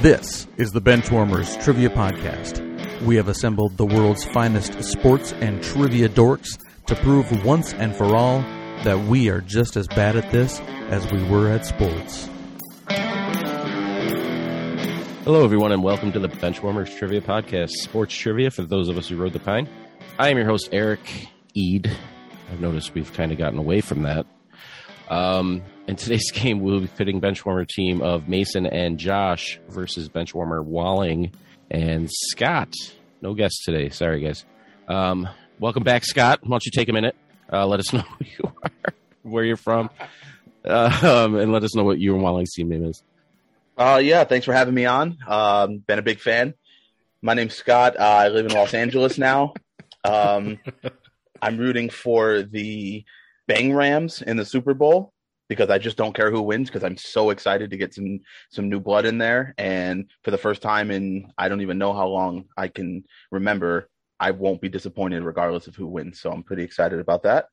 This is the Benchwarmers Trivia Podcast. We have assembled the world's finest sports and trivia dorks to prove once and for all that we are just as bad at this as we were at sports. Hello, everyone, and welcome to the Benchwarmers Trivia Podcast, sports trivia for those of us who rode the pine. I am your host, Eric Ead. I've noticed we've kind of gotten away from that. Um, in today's game, we'll be pitting Benchwarmer team of Mason and Josh versus Benchwarmer Walling and Scott. No guests today. Sorry, guys. Um, welcome back, Scott. Why don't you take a minute? Uh, let us know who you are, where you're from, uh, um, and let us know what you and Walling's team name is. Uh, yeah, thanks for having me on. Um, been a big fan. My name's Scott. Uh, I live in Los Angeles now. Um, I'm rooting for the Bang Rams in the Super Bowl because I just don't care who wins because I'm so excited to get some some new blood in there. And for the first time in I don't even know how long I can remember, I won't be disappointed regardless of who wins. So I'm pretty excited about that.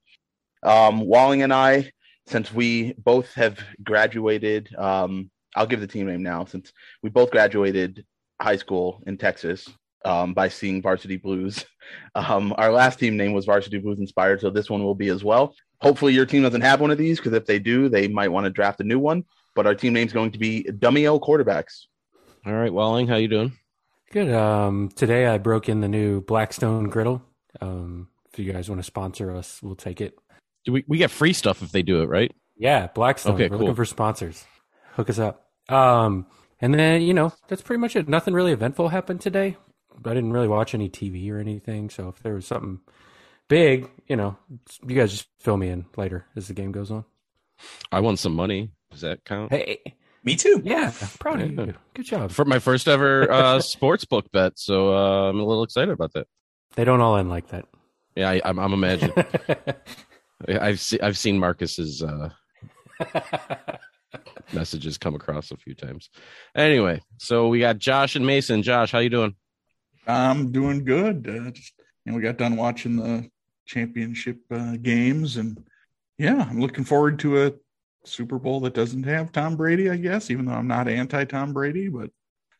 Um, Walling and I, since we both have graduated, um, I'll give the team name now since we both graduated high school in Texas um, by seeing Varsity Blues. Um, our last team name was Varsity Blues Inspired, so this one will be as well. Hopefully, your team doesn't have one of these because if they do, they might want to draft a new one. But our team name's going to be Dummy O Quarterbacks. All right, Walling, how you doing? Good. Um, today I broke in the new Blackstone griddle. Um, if you guys want to sponsor us, we'll take it. Do we, we get free stuff if they do it, right? Yeah, Blackstone. Okay, We're cool. looking for sponsors. Hook us up. Um, and then you know that's pretty much it. Nothing really eventful happened today. I didn't really watch any TV or anything. So if there was something big, you know, you guys just fill me in later as the game goes on. I won some money. Does that count? Hey, Me too. yeah, proud of Yeah. you. Good job. For my first ever uh, sports book bet, so uh, I'm a little excited about that. They don't all end like Yeah, I, I'm, I'm imagining. that. I've se- I've seen Marcus's uh, messages come across a few times. Anyway, so we got Josh and Mason. Josh, how you doing? I'm doing good. Uh, just, you know, we got done watching the championship uh, games, and yeah, I'm looking forward to a Super Bowl that doesn't have Tom Brady. I guess, even though I'm not anti Tom Brady, but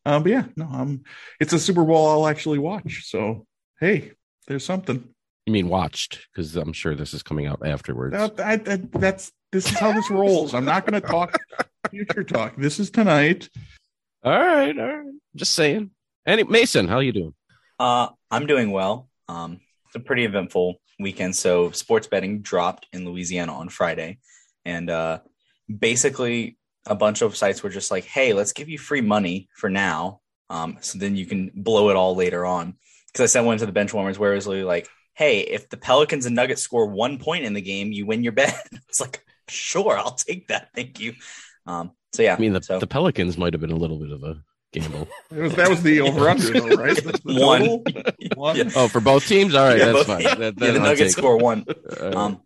um, but yeah, no, I'm. It's a Super Bowl I'll actually watch. So hey, there's something. You mean watched? Because I'm sure this is coming out afterwards. That, I, that, that's this is how this rolls. I'm not going to talk future talk. This is tonight. All right, all right. Just saying. Any Mason, how you doing? Uh, I'm doing well. Um, it's a pretty eventful weekend. So sports betting dropped in Louisiana on Friday, and uh, basically a bunch of sites were just like, "Hey, let's give you free money for now, um, so then you can blow it all later on." Because I sent one to the bench warmers where it was literally like, "Hey, if the Pelicans and Nuggets score one point in the game, you win your bet." it's like, sure, I'll take that. Thank you. Um, so yeah, I mean, the, so the Pelicans might have been a little bit of a gamble. It was, that was the over under, though, right? That's the One. total? One. Yeah. oh, for both teams. All right, Yeah, that's both- fine. yeah, That, yeah, that the I'll Nuggets take. score one. All right. Um,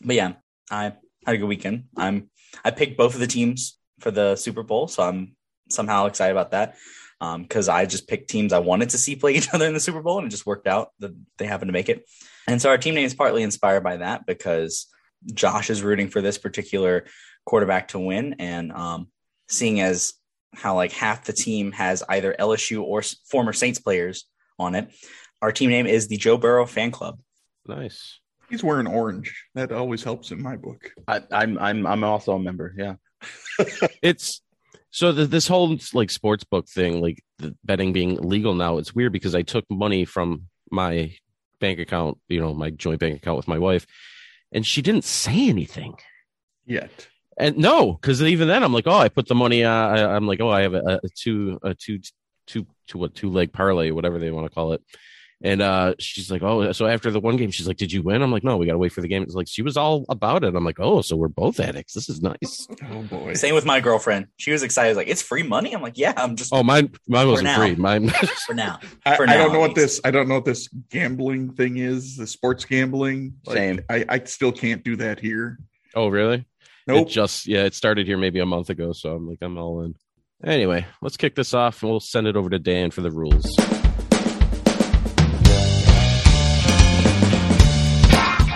but yeah, I had a good weekend. I'm I picked both of the teams for the Super Bowl, so I'm somehow excited about that. Um, because I just picked teams I wanted to see play each other in the Super Bowl, and it just worked out that they happened to make it. And so our team name is partly inspired by that because Josh is rooting for this particular quarterback to win, and um, seeing as how like half the team has either LSU or s- former Saints players on it, our team name is the Joe Burrow Fan Club. nice. He's wearing orange. That always helps in my book. I, I'm I'm I'm also a member. Yeah. it's so the, this whole like sports book thing like the betting being legal now it's weird because i took money from my bank account you know my joint bank account with my wife and she didn't say anything Yet. and no because even then i'm like oh i put the money uh, I, i'm like oh i have a, a two a two two two what two leg parlay whatever they want to call it and uh she's like oh so after the one game she's like did you win i'm like no we gotta wait for the game it's like she was all about it i'm like oh so we're both addicts this is nice Oh boy. Same with my girlfriend. She was excited. Like, it's free money. I'm like, yeah, I'm just oh mine mine wasn't now. free mine for now. I, for I now, don't know at what this I don't know what this gambling thing is, the sports gambling. Like, Same. I, I still can't do that here. oh really Nope. It just yeah, it started here maybe a month ago, so I'm like I'm all in. Anyway, let's kick this off and we'll send it over to Dan for the rules.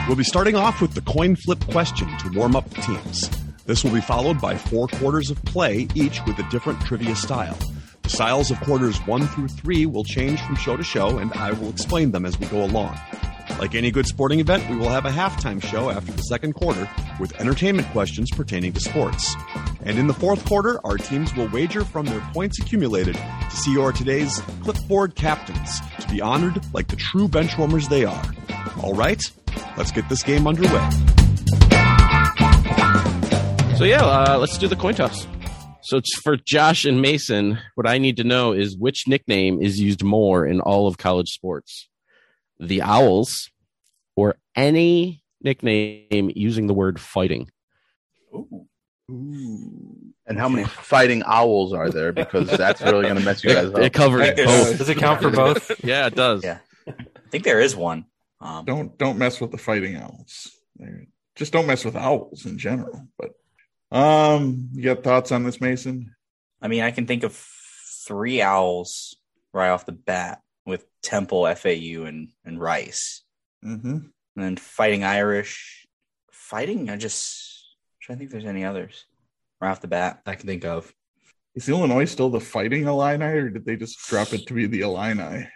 We'll be starting off with the coin flip question to warm up the teams. This will be followed by four quarters of play, each with a different trivia style. The styles of quarters one through three will change from show to show, and I will explain them as we go along. Like any good sporting event, we will have a halftime show after the second quarter with entertainment questions pertaining to sports. And in the fourth quarter, our teams will wager from their points accumulated to see your today's clipboard captains to be honored like the true benchwarmers they are. All right, let's get this game underway. So yeah, uh, let's do the coin toss. So it's for Josh and Mason, what I need to know is which nickname is used more in all of college sports: the Owls, or any nickname using the word fighting. Ooh. And how many fighting owls are there? Because that's really going to mess you guys It, it up. covers Yeah. both. Does it count for both? Yeah, it does. Yeah. I think there is one. Um, don't don't mess with the fighting owls. They're- Just don't mess with owls in general. But um, you got thoughts on this, Mason? I mean, I can think of three owls right off the bat with Temple, FAU, and and Rice, Mm-hmm. and then Fighting Irish, Fighting. I just i trying to think if there's any others right off the bat I can think of. Is Illinois still the Fighting Illini, or did they just drop it to be the Illini?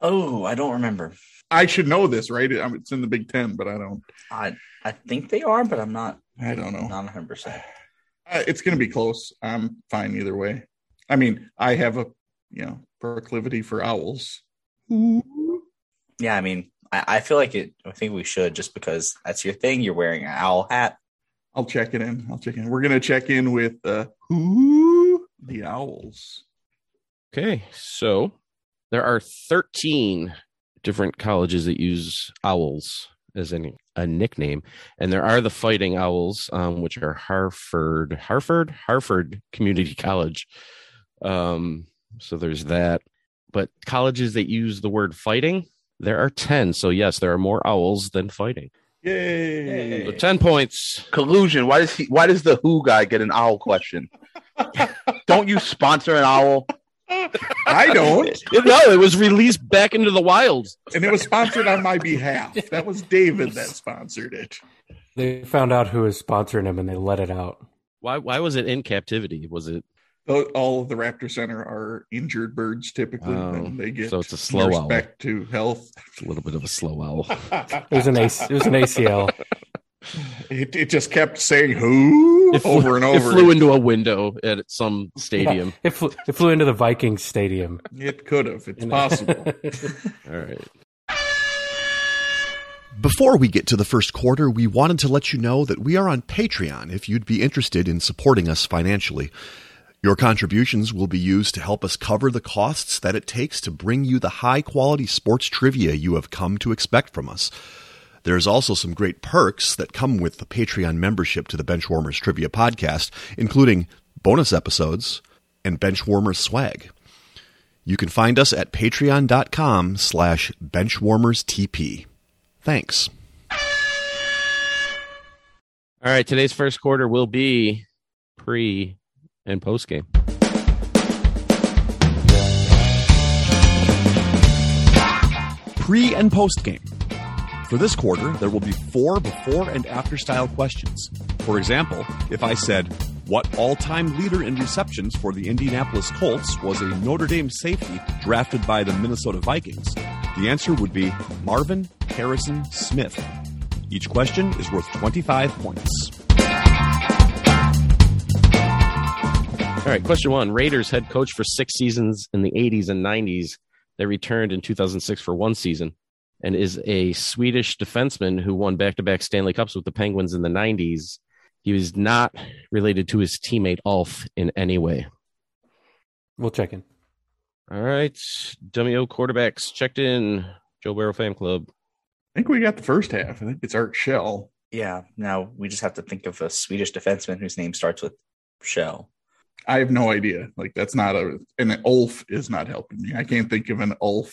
Oh, I don't remember. I should know this, right? I mean, It's in the Big Ten, but I don't. I I think they are, but I'm not. I don't know. Not 100. percent Uh, it's going to be close. I'm fine either way. I mean, I have a you know proclivity for owls. Yeah, I mean, I, I feel like it. I think we should just because that's your thing. You're wearing an owl hat. I'll check it in. I'll check in. We're going to check in with uh, who the owls. Okay, so there are 13 different colleges that use owls as an, a nickname, and there are the Fighting Owls, um, which are Harford, Harford, Harford Community College. Um, so there's that. But colleges that use the word fighting, there are 10. So yes, there are more owls than fighting. Yay! So 10 points. Collusion. Why does he? Why does the who guy get an owl question? Don't you sponsor an owl? I don't, No, it was released back into the wild. and it was sponsored on my behalf. That was David that sponsored it. They found out who was sponsoring him and they let it out. Why, why was it in captivity? Was it Though All of the Raptor Center are injured birds typically, Oh, and they get so it's a slow owl. back to health. a little bit of a slow owl? It was an AC, it was an ACL. It, it just kept saying who It flew- over and over. It flew into a window at some stadium. It flew, it flew into the Vikings stadium. It could have. It's And- possible. All right. Before we get to the first quarter, we wanted to let you know that we are on Patreon if you'd be interested in supporting us financially. Your contributions will be used to help us cover the costs that it takes to bring you the high quality sports trivia you have come to expect from us. There's also some great perks that come with the Patreon membership to the Benchwarmers Trivia Podcast, including bonus episodes and Benchwarmers swag. You can find us at patreon.com slash benchwarmerstp. Thanks. All right. Today's first quarter will be pre and post game. pre and post game. For this quarter, there will be four before and after style questions. For example, if I said, What all time leader in receptions for the Indianapolis Colts was a Notre Dame safety drafted by the Minnesota Vikings? The answer would be Marvin Harrison Smith. Each question is worth 25 points. All right. Question one Raiders head coach for six seasons in the 80s and 90s. They returned in 2006 for one season and is a Swedish defenseman who won back to back Stanley Cups with the Penguins in the 90s. He was not related to his teammate Ulf in any way. We'll check in. All right. Dummy O quarterbacks checked in. Joe Barrow Fan Club. I think we got the first half. I think it's Art Shell. Yeah. Now we just have to think of a Swedish defenseman whose name starts with Shell. I have no idea. Like that's not a an Ulf is not helping me. I can't think of an Ulf,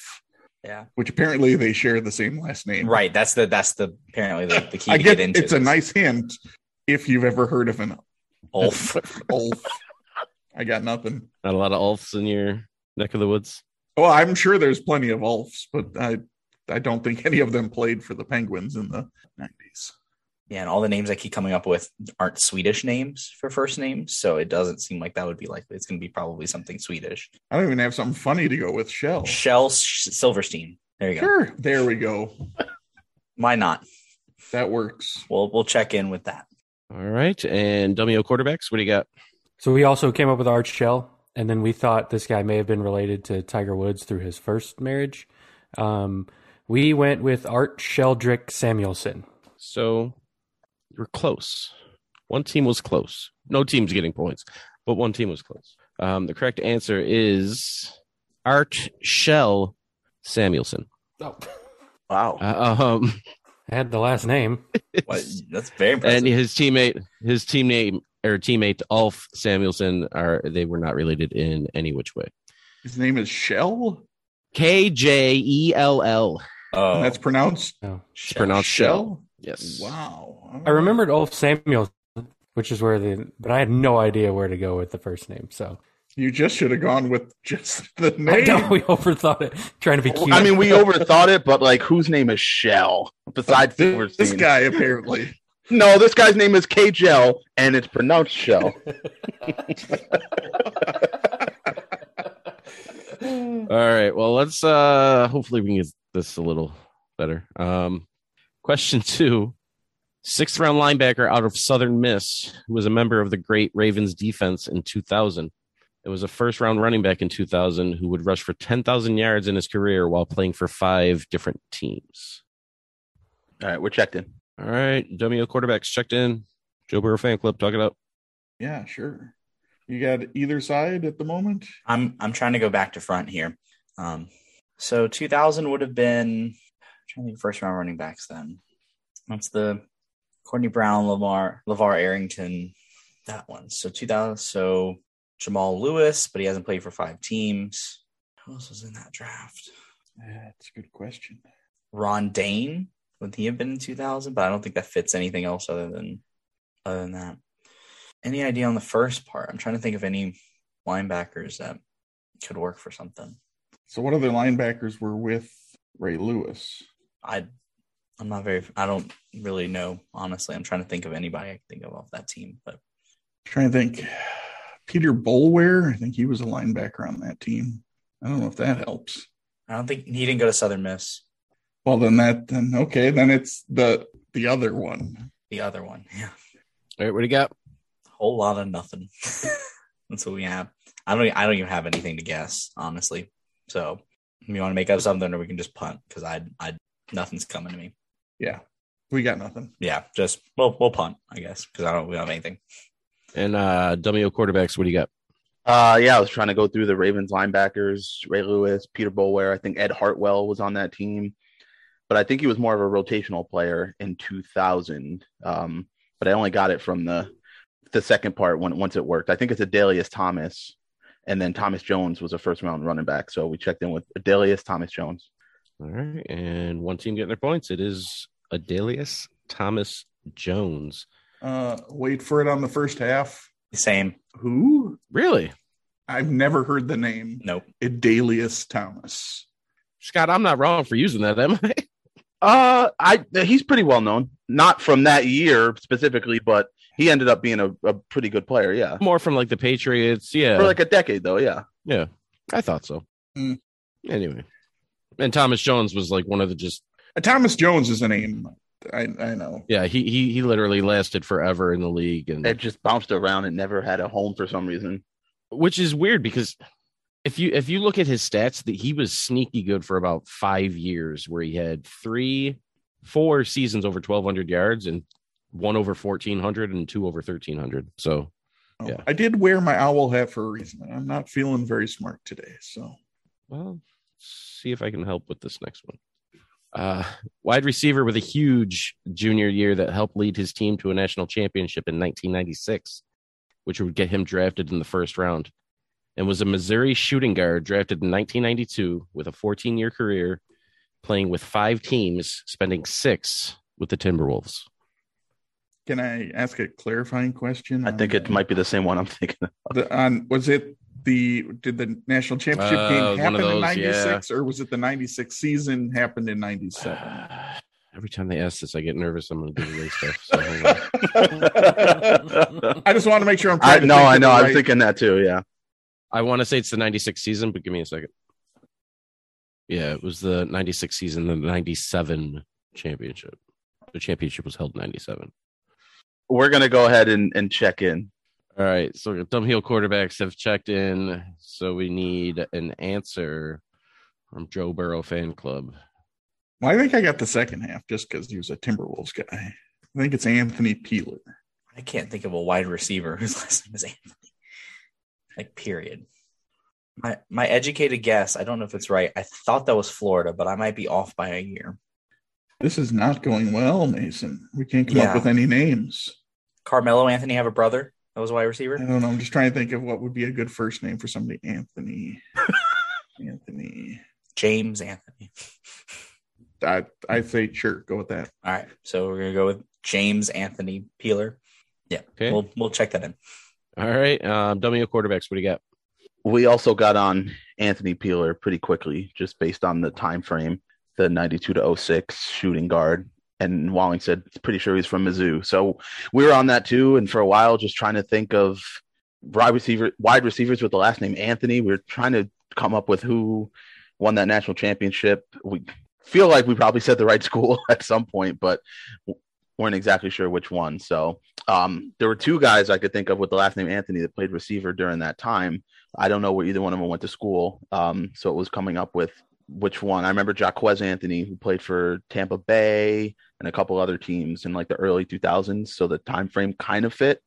Yeah. which apparently they share the same last name. Right. That's the that's the apparently the, the Mm-hmm. key I to get, get into. it's a this. nice hint if you've ever heard of an Ulf. Ulf. I got nothing. Not a lot of Ulfs in your neck of the woods. Well, I'm sure there's plenty of Ulfs, but I I don't think any of them played for the Penguins in the 90s. Yeah, and all the names I keep coming up with aren't Swedish names for first names, so it doesn't seem like that would be likely. It's going to be probably something Swedish. I don't even have something funny to go with Shell. Shell Sh- Silverstein. There you go. Sure. There we go. Why not? That works. We'll we'll check in with that. All right. And dummy O quarterbacks, what do you got? So we also came up with Art Shell, and then we thought this guy may have been related to Tiger Woods through his first marriage. Um, we went with Art Sheldrick Samuelson. So you were close. One team was close. No team's getting points, but one team was close. Um, the correct answer is Art Shell Samuelson. Oh, Wow. Uh, um, I had the last name. What? That's very impressive. and his teammate, his team name or teammate Alf Samuelson are they were not related in any which way. His name is Shell. K J E L L. oh, and that's pronounced It's pronounced Shell. Yes. Wow. I remembered Ulf Samuelson, which is where the, but I had no idea where to go with the first name. So You just should have gone with just the I name. know we overthought it, trying to be cute. I mean, we overthought it, but like, whose name is Shell? Besides This, this Silverstein? guy apparently. No, this guy's name is K Jell, and it's pronounced Shell. All right. Well, let's uh hopefully we can get this a little better. Um question 2. Sixth round linebacker out of Southern Miss, who was a member of the great Ravens defense in 2000. It was a first round running back in 2000 who would rush for 10,000 yards in his career while playing for five different teams. All right, we're checked in. All right. WO quarterbacks checked in. Joe Burrow fan club, talk it up. Yeah, sure. You got either side at the moment. I'm I'm trying to go back to front here. Um, so 2000 would have been I'm trying to think of first round running backs then. That's the Courtney Brown, Lamar, Lavar Arrington, that one. So 2000. So Jamal Lewis, but he hasn't played for five teams. Who else was in that draft? That's a good question. Ron Dane would he have been in 2000? But I don't think that fits anything else other than other than that. Any idea on the first part? I'm trying to think of any linebackers that could work for something. So what other linebackers were with Ray Lewis? I I'm not very I don't really know honestly. I'm trying to think of anybody I can think of off that team, but trying to think. Peter Bolware, I think he was a linebacker on that team. I don't know if that helps. I don't think he didn't go to Southern Miss. Well, then that then okay, then it's the the other one. The other one, yeah, All right. What do you got? whole lot of nothing. That's what we have. I don't I don't even have anything to guess honestly. So if you want to make up something, or we can just punt because I I nothing's coming to me. Yeah, we got nothing. Yeah, just we'll we'll punt I guess because I don't we don't have anything. And uh WO quarterbacks, what do you got? Uh, yeah, I was trying to go through the Ravens linebackers: Ray Lewis, Peter Bulware. I think Ed Hartwell was on that team, but I think he was more of a rotational player in 2000. Um, but I only got it from the the second part when once it worked. I think it's Adelius Thomas, and then Thomas Jones was a first round running back. So we checked in with Adelius Thomas Jones. All right, and one team getting their points. It is Adelius Thomas Jones. Uh wait for it on the first half. Same. Who? Really, I've never heard the name. Nope. Adelius Thomas. Scott? I'm not wrong for using that, am I? Uh, I he's pretty well known, not from that year specifically, but he ended up being a, a pretty good player. Yeah, More from like the Patriots. Yeah, for like a decade though. Yeah. yeah. I thought so. Mm. Anyway, and Thomas Jones was like one of the just Uh, Thomas Jones is a name I, I know. yeah. He he he literally lasted forever in the league, and it just bounced around and never had a home for some reason. which is weird because if you if you look at his stats that he was sneaky good for about five years where he had three four seasons over 1200 yards and one over 1400 and two over 1300 so Oh, Yeah. I did wear my owl hat for a reason. I'm not feeling very smart today, so well see if i can help with this next one uh wide receiver with a huge junior year that helped lead his team to a national championship in 1996 which would get him drafted in the first round and was a missouri shooting guard drafted in 1992 with a 14 year career playing with five teams spending six with the timberwolves can I ask a clarifying question? I think it it might be the same one I'm thinking. Of. The, on was it the did the national championship Uh, game one happen of in those, yeah. '96 or was it the '96 season happened in '97? i Every time they ask this, I get nervous. I'm going to give away stuff. So hang on. I just want to make sure I'm. I trying to no, think I of know. the I'm right- thinking that too. Yeah. I want to say it's the 96 season, but give me a second. Yeah, it was the 96 season, the 97 championship. The championship was held in 97. We're gonna go ahead and, and check in. All right, so dumb heel quarterbacks have checked in, so we need an answer from Joe Burrow fan club. Well, I think I got the second half just because he was a Timberwolves guy. I think it's Anthony Peeler. I can't think of a wide receiver whose last name is Anthony. Like, period. My my educated guess, I don't know if it's right. I thought that was Florida, but I might be off by a year. This is not going well, Mason. We can't come Yeah. up with any names. Carmelo Anthony have a brother that was a wide receiver? I don't know. I'm just trying to think of what would be a good first name for somebody. Anthony. Anthony. James Anthony. I I say sure. Go with that. All right. So we're gonna go with James Anthony Peeler. Yeah. Okay. We'll we'll check that in. All right, um, dumb heel quarterbacks, what do you got? We also got on Anthony Peeler pretty quickly, just based on the time frame, the 92 to 06 shooting guard. And Walling said, pretty sure he's from Mizzou. So we were on that too. And for a while, just trying to think of wide receiver, wide receivers with the last name Anthony. We were trying to come up with who won that national championship. We feel like we probably said the right school at some point, but w- weren't exactly sure which one. So um, there were two guys I could think of with the last name Anthony that played receiver during that time. I don't know where either one of them went to school. Um, so it was coming up with which one. I remember Jaquez Anthony, who played for Tampa Bay and a couple other teams in like the early 2000s. So the time frame kind of fit.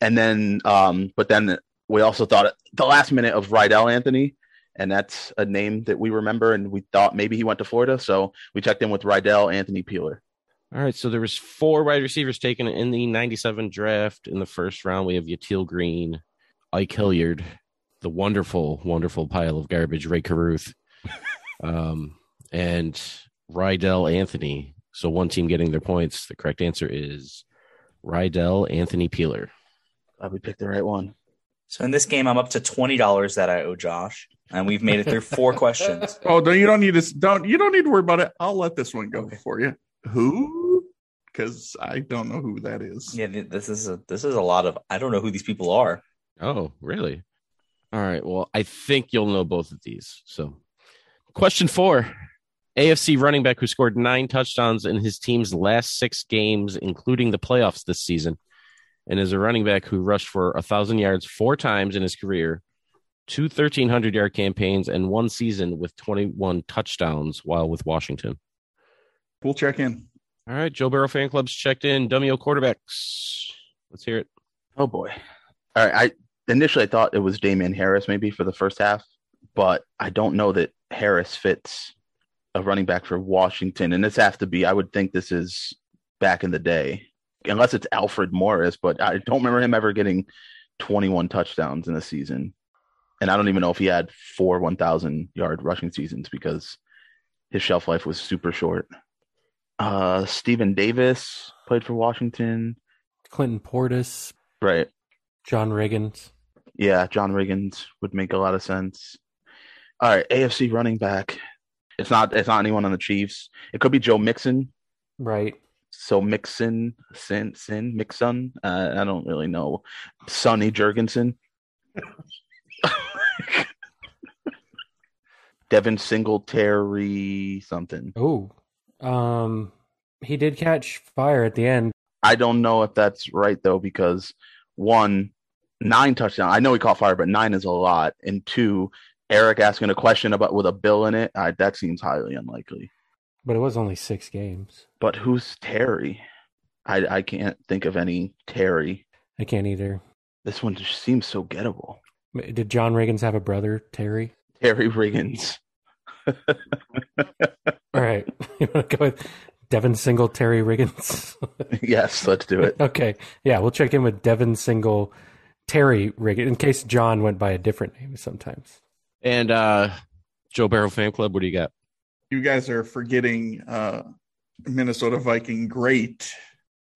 And then, um, but then we also thought at the last minute of Rydell Anthony, and that's a name that we remember, and we thought maybe he went to Florida. So we checked in with Rydell Anthony Peeler. All right, so there was four wide receivers taken in the 97 draft. In the first round, we have Yatil Green, Ike Hilliard, the wonderful, wonderful pile of garbage, Ray Caruth, um, and Rydell Anthony. So one team getting their points. The correct answer is Rydell Anthony Peeler. Glad we picked the right one. So in this game I'm up to twenty dollars that I owe Josh. And we've made it through four questions. Oh, no, you don't need to don't you don't need to worry about it. I'll let this one go for you. Who? Because I don't know who that is. Yeah, th- this is a this is a lot of I don't know who these people are. Oh, really? All right. Well, I think you'll know both of these. So, question four AFC running back who scored nine touchdowns in his team's last six games, including the playoffs this season, and is a running back who rushed for a 1,000 yards four times in his career, two 1,300 yard campaigns, and one season with 21 touchdowns while with Washington. We'll check in. All right. Joe Burrow fan club's checked in. Dummy O quarterbacks. Let's hear it. Oh boy. All right. I initially I thought it was Damian Harris maybe for the first half, but I don't know that Harris fits a running back for Washington. And this has to be, I would think this is back in the day, unless it's Alfred Morris, but I don't remember him ever getting 21 touchdowns in a season. And I don't even know if he had four 1,000 yard rushing seasons because his shelf life was super short. Uh, Stephen Davis played for Washington. Clinton Portis, Right. John Riggins. Yeah, John Riggins would make a lot of sense. All right, AFC running back. It's not it's not anyone on the Chiefs. It could be Joe Mixon. Right. So Mixon, Sin, Sin, Mixon. Uh, I don't really know. Sonny Jurgensen. Devin Singletary something. Oh. Um he did catch fire at the end. I don't know if that's right though, because one, nine touchdown. I know he caught fire, but nine is a lot. And two, Eric asking a question about with a bill in it. I, that seems highly unlikely. But it was only six games. But who's Terry? I I can't think of any Terry. I can't either. This one just seems so gettable. Did John Riggins have a brother, Terry? Terry Riggins. All right. You want to go with Devin Single, Terry Riggins? yes, let's do it. okay. Yeah, we'll check in with Devin Single, Terry Riggins, in case John went by a different name sometimes. And uh, Joe Burrow fan club, what do you got? You guys are forgetting uh Minnesota Viking great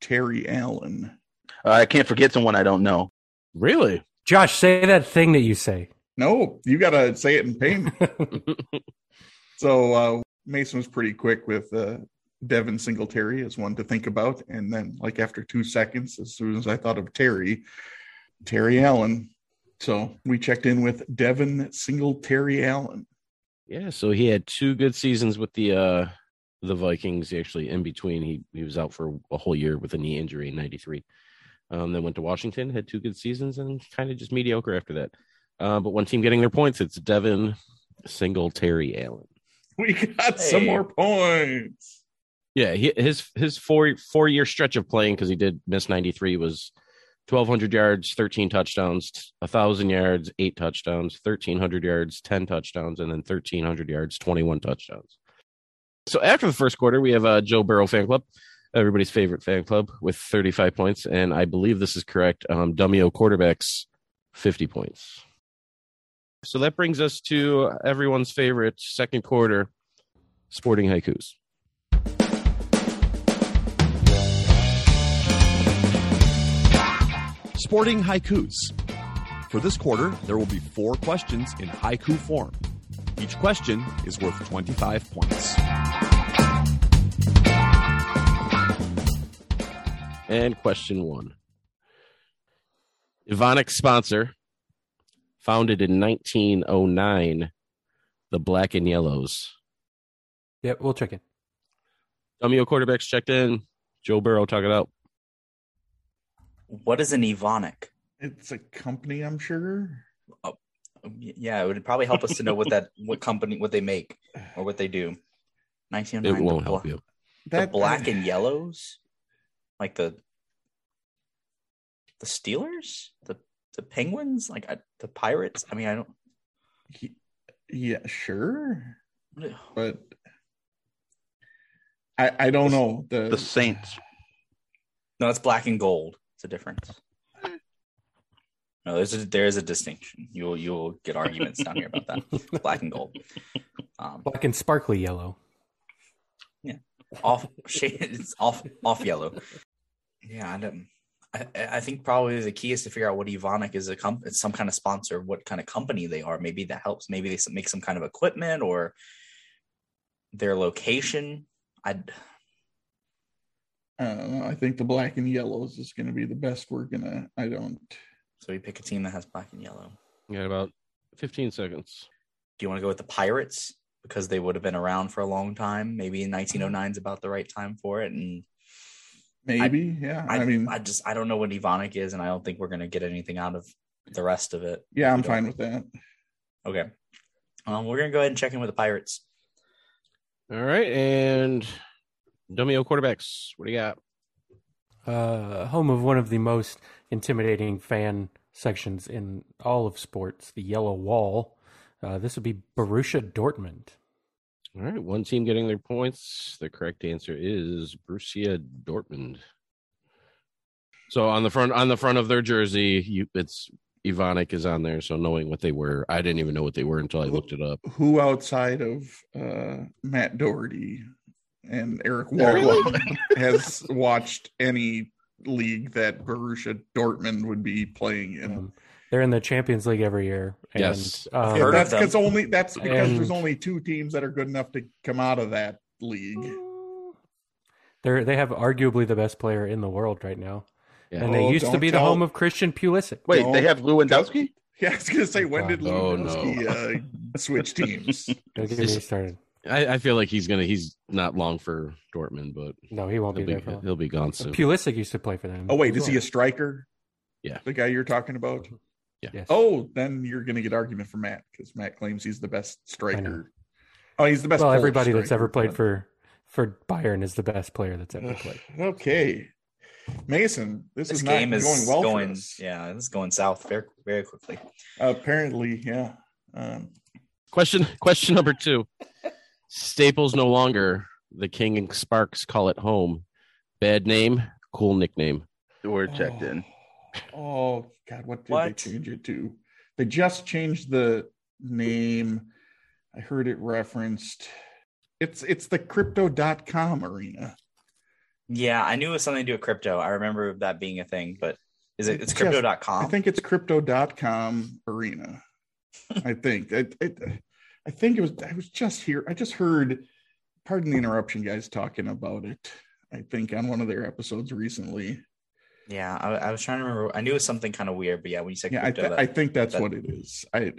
Terry Allen. Uh, I can't forget someone I don't know. Really? Josh, say that thing that you say. No, you gotta say it in pain. so uh Mason was pretty quick with uh Devin Singletary as one to think about. And then, like, after two seconds, as soon as I thought of Terry, Terry Allen. So we checked in with Devin Singletary Allen. Yeah, so he had two good seasons with the uh the Vikings. He actually in between he he was out for a whole year with a knee injury in 93. Um then went to Washington, had two good seasons and kind of just mediocre after that. Uh, but one team getting their points, it's Devin Singletary Allen. We got some Hey. more points. Yeah, he, his his four four year stretch of playing because he did miss ninety three was twelve hundred yards, thirteen touchdowns, thousand yards, eight touchdowns, thirteen hundred yards, ten touchdowns, and then thirteen hundred yards, twenty one touchdowns. So after the first quarter, we have uh, Joe Burrow fan club, everybody's favorite fan club, with thirty five points, and I believe this is correct. Um, Dummyo quarterbacks, fifty points. So that brings us to everyone's favorite second quarter, sporting haikus. Sporting haikus. For this quarter, there will be four questions in haiku form. Each question is worth 25 points. And question one. Ivonic sponsor, founded in 1909, the Black and Yellows. Yep, we'll check it. Dummy quarterbacks checked in. Joe Burrow, talk it out. What is an Evonic? It's a company, I'm sure. Yeah, it would probably help us to know what that what company what they make or what they do. Nineteen oh It won't help you. uh, The black and yellows, like the the Steelers, the the Penguins, like I, the Pirates. I mean, I don't. Yeah, sure. But I, I don't know. The, The Saints. No, it's black and gold. It's a difference. No, there's a there is a distinction. You'll you'll get arguments down here about that. Black and gold. Um, Black and sparkly yellow. off shade it's off off yellow yeah I, don't, I i think probably the key is to figure out what Evonik is a comp it's some kind of sponsor what kind of company they are maybe that helps maybe they s- make some kind of equipment or their location i I don't know. uh, I think the black and yellows is going to be the best we're going to. I don't. so we pick a team that has black and yellow You got about 15 seconds. do you want to go with the pirates because they would have been around for a long time maybe 1909 is about the right time for it and Maybe. yeah. I, I, mean, I just I don't know what Evonik is, and I don't think we're gonna get anything out of the rest of it. yeah, I'm don't- fine with that. Okay. Um, we're gonna go ahead and check in with the Pirates. All right. And Dummy quarterbacks, what do you got? Uh, home of one of the most intimidating fan sections in all of sports, the Yellow Wall. Uh, this would be Borussia Dortmund. All right. One team getting their points. The correct answer is Borussia Dortmund. So on the front on the front of their jersey, you, it's Ivanic is on there. So knowing what they were, I didn't even know what they were until I looked it up. Who outside of uh, Matt Doherty and Eric Eric Wallen has watched any league that Borussia Dortmund would be playing in? Um, they're in the Champions League every year. And, Yes. um, Yeah, heard of that's because them. only that's because And- there's only two teams that are good enough to come out of that league. Oh. They're they have arguably the best player in the world right now, Yeah. and they Oh, used to don't be the tell- home of Christian Pulisic. Wait, No. they have Lewandowski? Yeah, I was gonna say when did Oh, no. Lewandowski uh, switch teams? Don't get me Is- started. I, I feel like he's gonna he's not long for Dortmund, but No, he won't he'll be be, there for long. he'll be gone soon. Pulisic used to play for them. Oh wait, as is he a well. striker? Yeah. the guy you're talking about. Yes. Oh, then you're gonna get argument from Matt because Matt claims he's the best know. striker. Oh, he's the best. well, Polish everybody that's striker, ever played but- for for Bayern is the best player that's ever played. Okay, Mason, this, This is game not is going well. for going us. yeah, this is going south very very quickly. apparently, yeah. Um, Question question number two. Staples no longer. The King and Sparks call it home. Bad name, cool nickname. We're checked in. Oh God, what did they What? change it to? They just changed the name. I heard it referenced. It's it's the crypto.com arena. Yeah, I knew it was something to do with crypto. I remember that being a thing, but is it it's Yes, crypto.com? I think it's crypto.com arena. I think it, it, I think it was I was just here. I just heard pardon the interruption guys talking about it, I think, on one of their episodes recently. Yeah, I, I was trying to remember. I knew it was something kind of weird, but yeah, when you said Yeah, I, crypto, th- that- I think that's that- what it is. I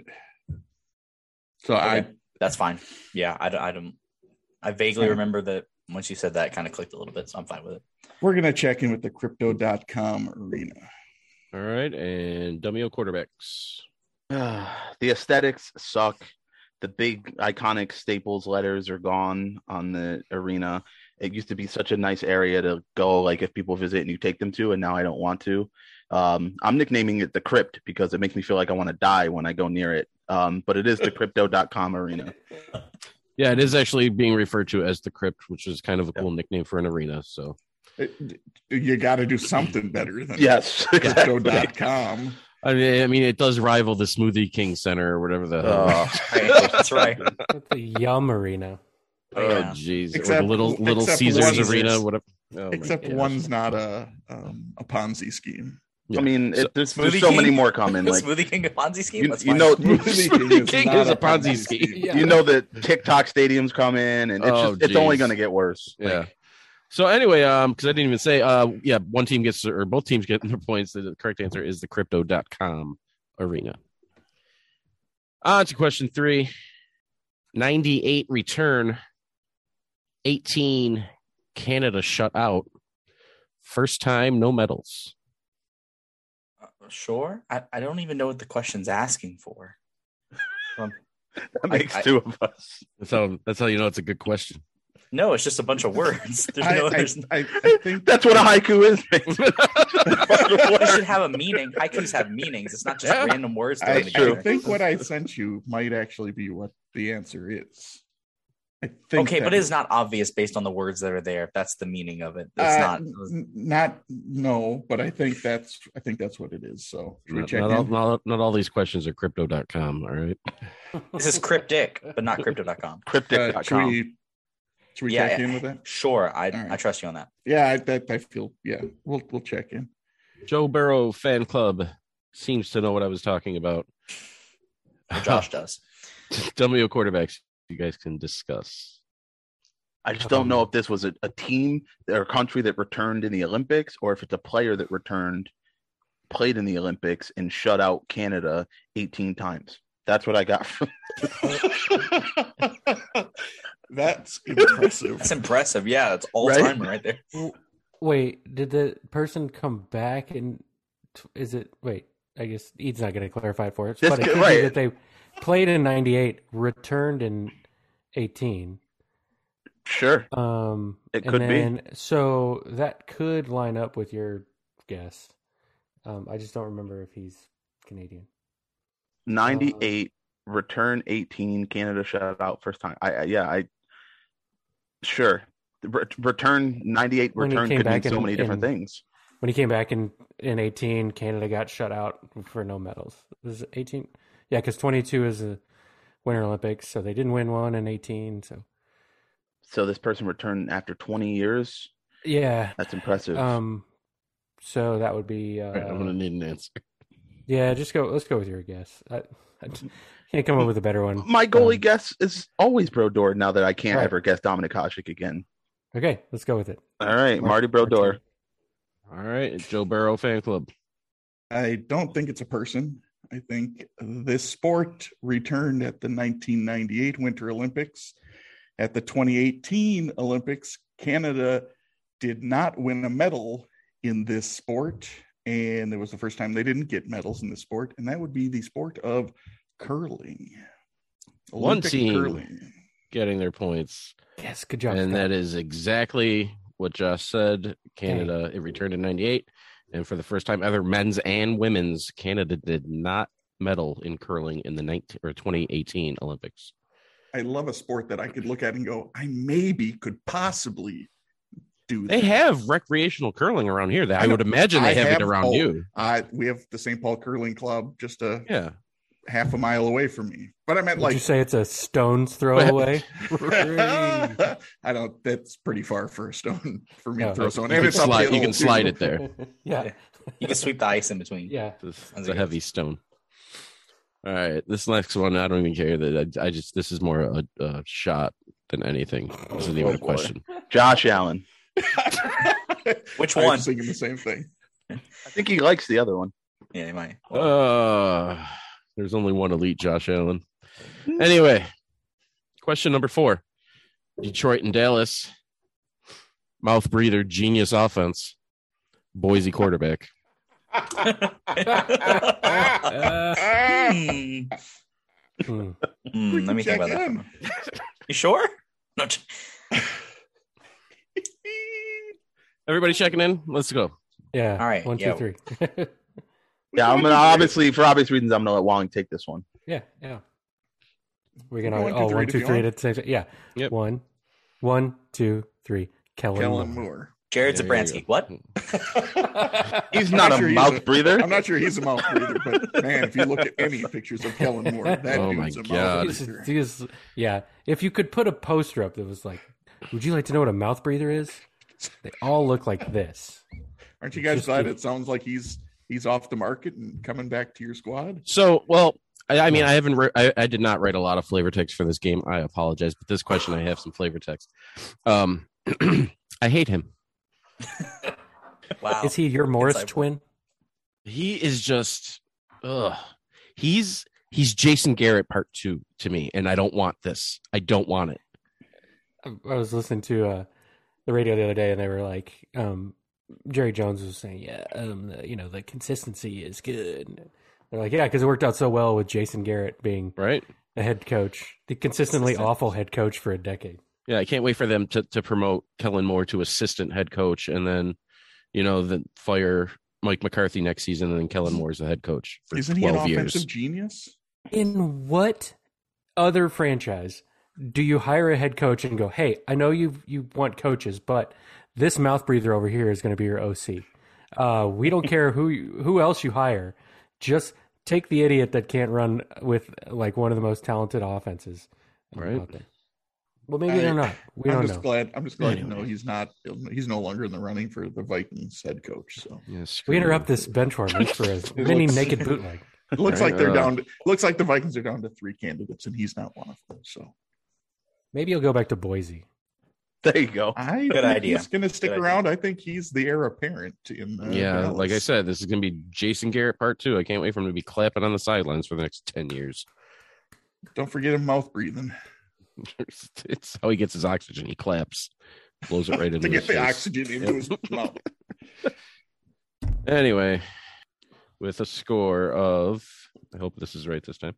so okay, I that's fine. Yeah, I, don't- I don't. I vaguely Yeah. remember that once you said that, it kind of clicked a little bit, so I'm fine with it. we're gonna check in with the crypto.com arena. All right, and Dummy O quarterbacks. the aesthetics suck. The big iconic Staples letters are gone on the arena. It used to be such a nice area to go, like if people visit and you take them to, and now I don't want to. Um, I'm nicknaming it the crypt because it makes me feel like I want to die when I go near it. Um, but it is the crypto.com arena. Yeah, it is actually being referred to as the Crypt, which is kind of a cool nickname for an arena. So It- you got to do something better than Yes. crypto.com. I mean, I mean, it does rival the Smoothie King Center or whatever the hell. Oh, Uh, Right, that's right. That's the Yum Arena. oh, yeah. jeez, or Except- the little Little except Caesars one's- Arena, whatever. Oh, my Except gosh. one's not a um, a Ponzi scheme. Yeah. I mean, So- it, there's, there's Smoothie so many King? more coming. Like Smoothie King of Ponzi scheme. you, That's you fine. know, Smoothie King not is a a Ponzi Ponzi scheme. Yeah. you know that TikTok stadiums come in, and it's Oh, just it's only geez. going to get worse. Like, Yeah. so anyway, um, because I didn't even say, uh, yeah, one team gets or both teams get their points. The correct answer is the crypto.com arena. On to question three 98 return, 18 Canada shut out, first time, no medals. Uh, sure. I, I don't even know what the question's asking for. Um, that makes I- two of us. That's how, that's how you know it's a good question. no, it's just a bunch of words. There's I, no. I, There's, I, I think That's what a haiku is. man. they should have a meaning. Haikus have meanings. It's not just Yeah. random words. thrown I, together. I think what I sent you might actually be what the answer is. I think Okay, but that- it's not obvious based on the words that are there. if That's the meaning of it. Uh, It's not. n- not no, but I think that's I think that's what it is. So should we Not, check not, in? all, not, not all these questions are crypto.com. All right. This is cryptic, but not crypto.com. Uh, should Cryptic.com. we should we Yeah, check yeah. in with that? Sure, I All right. I trust you on that. Yeah, I, that I feel yeah. We'll we'll check in. Joe Burrow fan club seems to know what I was talking about. Or Josh does. WO quarterbacks you guys can discuss. I just don't know if this was a, a team or a country that returned in the Olympics, or if it's a player that returned, played in the Olympics, and shut out Canada 18 times. That's what I got from That's impressive. That's impressive. Yeah, that's all time right? there. Wait, did the person come back and t- is it? Wait, I guess Ede's not going to clarify it for us. This But it guy- could be right. that they played in '98, returned in '18. sure. Um, It and could be. then, So that could line up with your guess. Um, I just don't remember if he's Canadian. 98 return 18 canada shutout first time i, I yeah i sure Re- return 98 When he return came could mean back so in- many different in- things When he came back in in '18, Canada got shut out for no medals. Was it '18? Yeah, because '22 is the Winter Olympics, so they didn't win one in '18. So so this person returned after 20 years yeah, that's impressive um, so that would be uh, All right, I'm going to need an answer. yeah. Just go. Let's go with your guess. I, I can't come up with a better one. my goalie um, guess is always brodor now that i can't Right. ever guess dominic Hasek again Um, Okay, let's go with it. all right Mar- marty brodor All right, Joe Burrow fan club. I don't think it's a person. I think this sport returned at the 1998 Winter Olympics. At the 2018 Olympics, Canada did not win a medal in this sport. And it was the first time they didn't get medals in this sport. And that would be the sport of curling. One team. curling. Getting their points, Yes, good job. and Scott. that is exactly what Josh said. Canada it returned in '98, and for the first time ever, men's and women's, Canada did not medal in curling in the 19 or 2018 Olympics. I love a sport that I could look at and go, I maybe could possibly do They that. have recreational curling around here. That I I would know. imagine they I have, have- it around oh. you. Uh, we have the St. Paul Curling Club just a Yeah, half a mile away from me. But I meant Would like you say it's a stone's throw away? I don't. That's pretty far for a stone for me Yeah. to throw someone. You And can it's up slide- you hill, can too. slide it there. yeah, You can sweep the ice in between. yeah. it's, Sounds a good. heavy stone. All right, this next one I don't even care that I, I just this is more a, a shot than anything. This isn't even Oh, a boy. question. Josh Allen. Which I one? was thinking the same thing. I think he likes the other one. Yeah, you might. Uh, there's only one elite Josh Allen. Anyway, question number four: Detroit and Dallas, mouth breather, genius offense, Boise quarterback. Hmm. Uh, Hmm. Hmm, let me think about that. Freaking You sure? No. ch- Everybody checking in. Let's go. Yeah. All right, One, two, yeah. three. Yeah, I'm gonna obviously for obvious reasons I'm gonna let Wong take this one. yeah. Yeah. We're gonna One, two, all three one, to two, be three on. at the same time. Yeah. Yep. One, one, two, three. Kellen, Kellen Moore. Moore. Jared There you go. Zabransky. What? He's I'm not not a sure he's mouth a- breather. I'm not sure he's a mouth breather, but man, if you look at any pictures of Kellen Moore, that Oh my dude's a God. mouth He's- breather. he's- yeah. If you could put a poster up that was like, "Would you like to know what a mouth breather is?" They all look like this. Aren't you guys Just glad the- it sounds like he's he's off the market and coming back to your squad? So, well, I, I mean, I haven't. Re- I, I did not write a lot of flavor text for this game. I apologize, but this question I have some flavor text. Um, I hate him. Wow. Is he your Morris Insightful. twin? He is just. Ugh. He's he's Jason Garrett part two to me, and I don't want this. I don't want it. I I was listening to uh, the radio the other day, and they were like, um, Jerry Jones was saying, "Yeah, um, the, you know, the consistency is good." And they're like, "Yeah, because it worked out so well with Jason Garrett being Right? a head coach, the consistently Consistent. awful head coach for a decade." Yeah, I can't wait for them to to promote Kellen Moore to assistant head coach, and then, you know, then fire Mike McCarthy next season, and then Kellen Moore is the head coach for Isn't he an twelve offensive years. genius? In what other franchise do you hire a head coach and go, "Hey, I know you you want coaches, but this mouth breather over here is going to be your OC. Uh, we don't care who you, who else you hire. Just take the idiot that can't run with like one of the most talented offenses Right. out there." Well, maybe I- they're not. We I'm don't just know. glad. I'm just glad to know Anyway. he's not. He's no longer in the running for the Vikings head coach. So Yeah, We screw interrupt you. this bench warmer for a mini looks- naked bootleg. it looks Right, like they're uh, down. To, looks like the Vikings are down to three candidates, and he's not one of them. So Maybe he'll go back to Boise. There you go. I Good think idea. He's going to stick Good idea. around. I think he's the heir apparent. In uh, yeah, Dallas. like I said, this is gonna be Jason Garrett part two. I can't wait for him to be clapping on the sidelines for the next ten years. don't forget him mouth breathing it's how he gets his oxygen. He claps, blows it right to into get his the face. oxygen into his mouth. Anyway, with a score of, I hope this is right this time.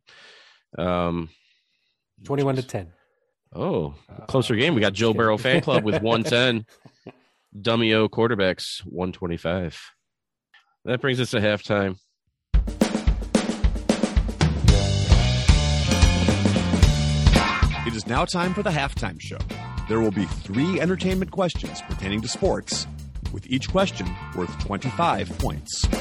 Um, Twenty-one to ten. Oh, closer game. We got Joe Burrow fan club with one ten. Dummy O quarterbacks one twenty five. That brings us to halftime. It is now time for the halftime show. There will be three entertainment questions pertaining to sports, with each question worth 25 points. When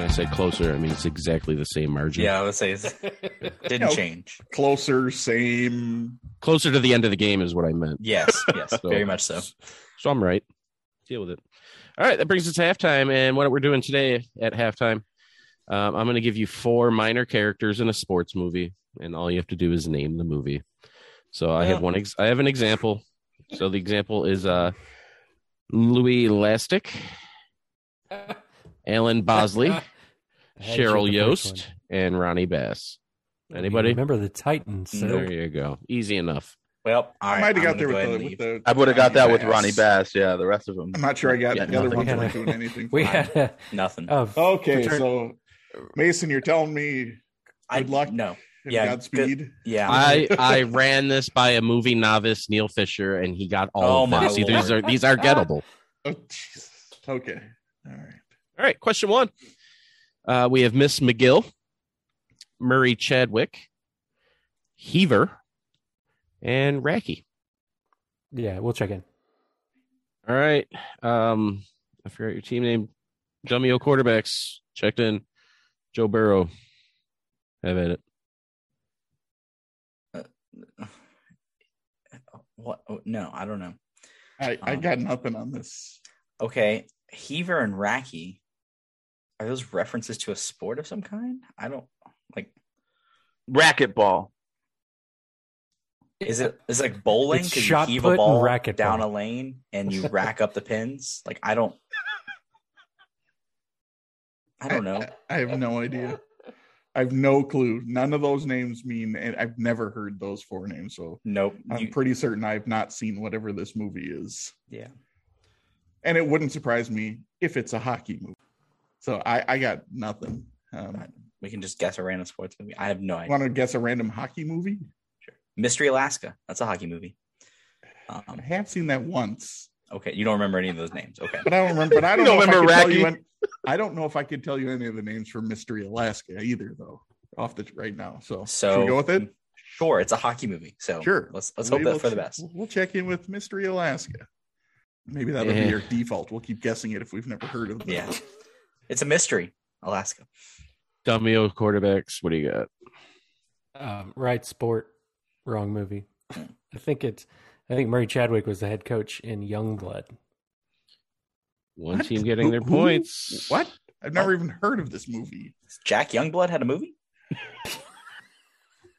I say closer, I mean it's exactly the same margin. Yeah, I would say it's, didn't No. change. Closer, same. closer to the end of the game is what I meant. Yes, yes, So- very much so. So I'm right. Deal with it. All right, that brings us to halftime. And what we're doing today at halftime, um, I'm going to give you four minor characters in a sports movie, and all you have to do is name the movie. So I have Yeah. one. Ex- I have an example. So the example is uh, Louis Lastic, Alan Bosley, Cheryl Yost, and Ronnie Bass. Anybody? remember the Titans? sir. There you go. Easy enough. Well, all I right. might have I'm got gonna there go with ahead the, and with leave. the. I would have got that with Bass. Ronnie Bass. Yeah, the rest of them. I'm not sure I got Yeah, the other nothing. ones. Yeah. weren't doing anything. We had a, Nothing. a okay, fratern- so Mason, you're telling me I good luck. No. yeah, Yeah, Godspeed. Yeah. I I ran this by a movie novice, Neil Fisher, and he got all Oh, of them. my See, these are Lord. these are gettable. Oh, Jesus. Okay. All right. All right, question one. Uh, we have Miss McGill, Murray Chadwick, Heaver, and Racky. yeah, we'll check in. All right. Um, I forgot your team name. Dummy O quarterbacks checked in. Joe Burrow. Have at it. what? oh, No, I don't know. I, I Um, got nothing on this. Okay, Heaver and Racky. Are those references to a sport of some kind? I don't like. Racquetball. Is it is it like bowling? It's 'Cause you shot heave put a and ball racquetball. down a lane and you rack up the pins? Like I don't. I don't know. I, I have no idea. I have no clue. None of those names mean, and I've never heard those four names. So Nope. I'm You- pretty certain I've not seen whatever this movie is. yeah. And it wouldn't surprise me if it's a hockey movie. So I, I got nothing. Um, We can just guess a random sports movie. I have no idea. Want to guess a random hockey movie? Mystery Alaska. That's a hockey movie. I Um, have seen that once, okay, you don't remember any of those names. Okay. but I don't remember. But I You don't, don't know if I remember could tell you Rocky? any- I don't know if I could tell you any of the names for Mystery Alaska either, though, off the right now. So, So should we go with it. Sure, it's a hockey movie. So Sure. Let's let's We hope will that for the ch- best. We'll check in with Mystery Alaska. Maybe that'll Yeah. be your default. We'll keep guessing it if we've never heard of it. Eh. Yeah. It's a mystery, Alaska. Dummy O quarterbacks. What do you got? Um, right sport, wrong movie. I think it's. I think Murray Chadwick was the head coach in Youngblood. One What? team getting Who- their who- points. What? I've never even heard of this movie. Jack Youngblood had a movie.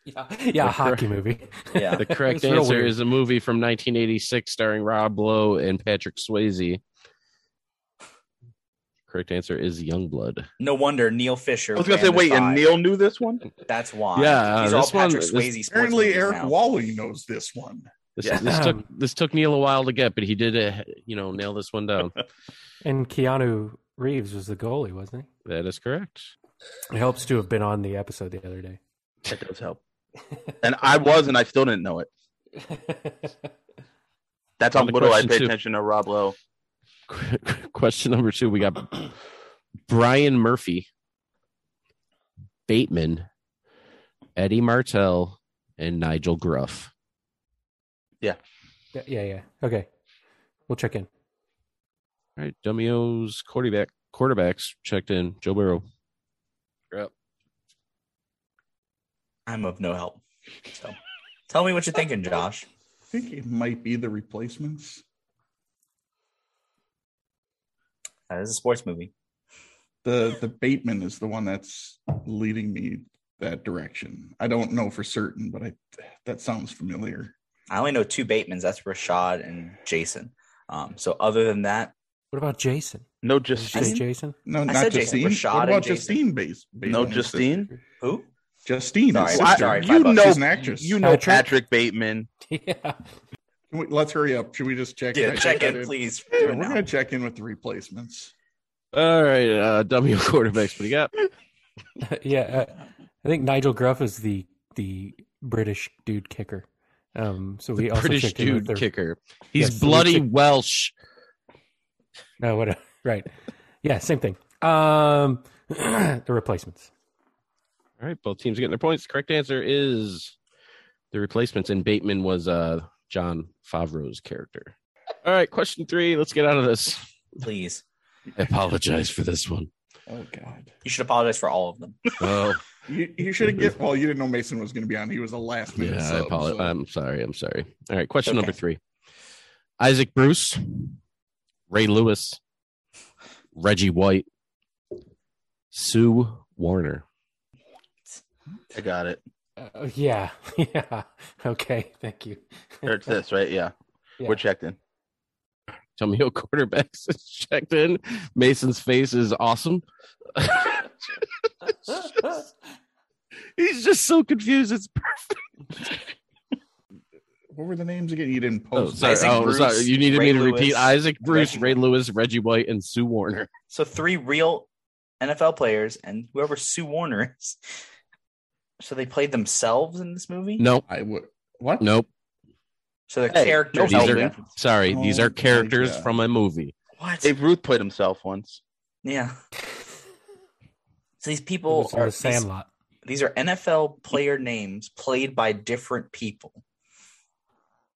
Yeah, yeah, a hockey movie. Yeah. The correct It's real answer weird. is a movie from 1986 starring Rob Lowe and Patrick Swayze. Correct answer is Youngblood. No wonder Neil Fisher. I was gonna ran say, this wait, by. and Neil knew this one. That's why. Yeah, These are all this one- Patrick this- Swayze sports Apparently, movies Eric now. Wally knows this one. This, Yeah. this took this took Neil a while to get, but he did uh, you know nail this one down. And Keanu Reeves was the goalie, wasn't that is correct. he? It helps to have been on the episode the other day. That does help. And I was, and I still didn't know it. That's how On the little I question, pay too. attention to Rob Lowe. Question number two. We got Brian Murphy, Bateman, Eddie Martell, and Nigel Gruff. yeah, yeah, yeah. Okay, we'll check in. All right, Dummy O's quarterback quarterbacks checked in. Joe Burrow. I'm of no help. So tell me what you're thinking, Josh. I think it might be the replacements. That is a sports movie. The the Bateman is the one that's leading me that direction. I don't know for certain, but I that sounds familiar. I only know two Batemans. That's Rashad and Jason. Um, so other than that, What about Jason? No, Did you just say Jason? Jason? No, I not said Jason, Justine. Rashad what and about Jason. Justine? Base, no, Justine. who? Justine. Sorry, his I'm sister. sorry. You Five bucks. know, She's an actress. You know Patrick? Patrick Bateman. yeah. Can we- let's hurry up. Should we just check? Yeah, right check now? in, please. Yeah, Do it we're now. gonna check in with the replacements. All right, uh, Dummy O quarterbacks. What do you got? yeah, uh, I think Nigel Gruff is the the British dude kicker. Um, so we also British checked in with dude the- kicker. Yes, He's so we bloody checked- Welsh. No, what? Right. Yeah, same thing. Um, the replacements. All right, both teams getting their points. Correct answer is the replacements, and Bateman was uh, John Favreau's character. All right, question three. Let's get out of this. Please. I apologize for this one. Oh God. You should apologize for all of them. Oh, You, you should have get well. You didn't know Mason was going to be on. He was a last minute. yeah, I uh, sub, apologize. so- I'm sorry. I'm sorry. All right, question Okay. number three Isaac Bruce, Ray Lewis, Reggie White, Sue Warner. I got it. Uh, yeah, yeah. Okay, thank you. Or it's this, right? Yeah. Yeah. We're checked in. Tell me, your quarterbacks is checked in. Mason's face is awesome. He's just so confused. It's perfect. What were the names again? You didn't Oh, post. sorry. Isaac oh, Bruce, sorry. You needed Ray me to repeat Lewis, Isaac Bruce, Reggie Ray Lewis, Reggie White, and Sue Warner. So three real NFL players and whoever Sue Warner is. So they played themselves in this movie? Nope. I would. What? Nope. So they're Hey, characters. no These helping. are, sorry. these Oh, are characters yeah. from a movie. What? Dave Ruth played himself once. Yeah. So these It was people in are the these, Sandlot. these are NFL player names played by different people.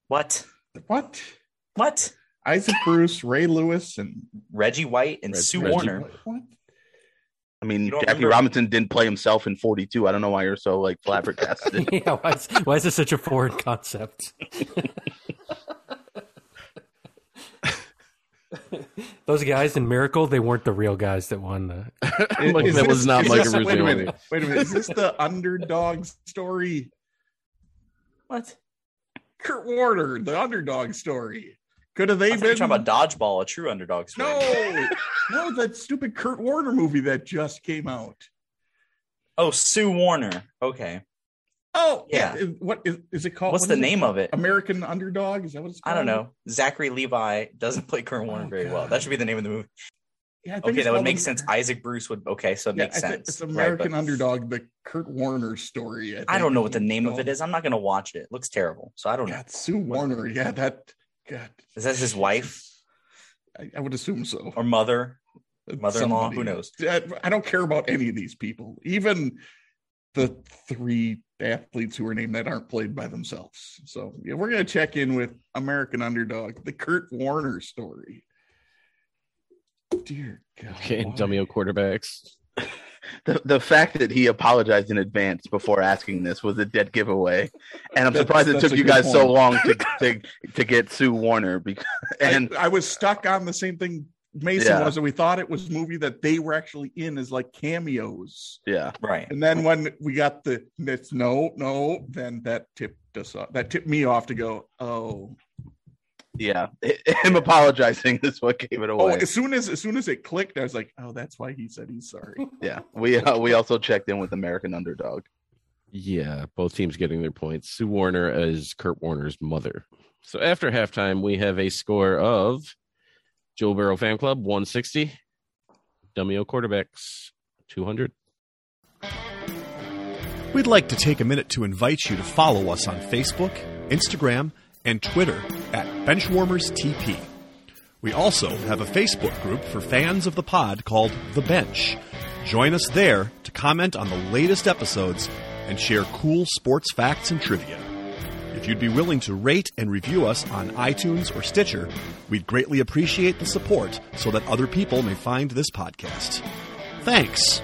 What? What? What? Isaac Bruce, Ray Lewis, and Reggie White and Reg- Sue Reggie Warner. What? I mean, You don't Jackie remember- Robinson didn't play himself in 42. I don't know why you're so like flabbergasted. yeah, why is, why is this such a foreign concept? Those guys in Miracle, they weren't the real guys that won the. I'm like, Is that this- was not is Mike this- Wait a Ruzzioli. minute. Wait a minute. Is this the underdog story? What? Kurt Warner, the underdog story. Could have they I thought you were been? talking about dodgeball, a true underdog story. no, no, that stupid Kurt Warner movie that just came out. Oh, Sue Warner. Okay. Oh Yeah. is- What is, is it called? What's Oh, what the is it? name of it? American Underdog? Is that what it's I called? don't know. Zachary Levi doesn't play Kurt Warner Oh, very well. God. That should be the name of the movie. Yeah, I think Okay, it's that would called make Amer- sense. Isaac Bruce would. Okay, so it Yeah, makes I think It's sense. Right, American but Underdog, the Kurt Warner story. I think don't know is what the name of called. it is. I'm not going to watch it. It looks terrible. So I don't know. God, Sue Warner. Yeah, that. God, Is that his wife I, I would assume so. or mother? Mother-in-law, who knows? I, I don't care about any of these people, even the three athletes who are named that aren't played by themselves. So yeah, we're gonna check in with American Underdog, the Kurt Warner story. Dear God, Okay, why? and dummy quarterbacks. The, the fact that he apologized in advance before asking this was a dead giveaway, and I'm That's- surprised it that's took a you good guys so point. long to, to to get Sue Warner because and I, I was stuck on the same thing Mason Yeah. was, and we thought it was a movie that they were actually in as like cameos. yeah, Right. And then when we got the it's no, no, then that tipped us off. That tipped me off to go, oh. yeah, him apologizing is what gave it Oh, away. as soon as as soon as it clicked, I was like, oh, that's why he said he's sorry. yeah, we uh, we also checked in with American Underdog. Yeah, both teams getting their points. Sue Warner is Kurt Warner's mother. So after halftime, we have a score of Joe Burrow Fan Club 160, Dummy O Quarterbacks 200. We'd like to take a minute to invite you to follow us on Facebook, Instagram, and Twitter at Benchwarmers TP. We also have a Facebook group for fans of the pod called The Bench. Join us there to comment on the latest episodes and share cool sports facts and trivia. If you'd be willing to rate and review us on iTunes or Stitcher, we'd greatly appreciate the support so that other people may find this podcast. Thanks!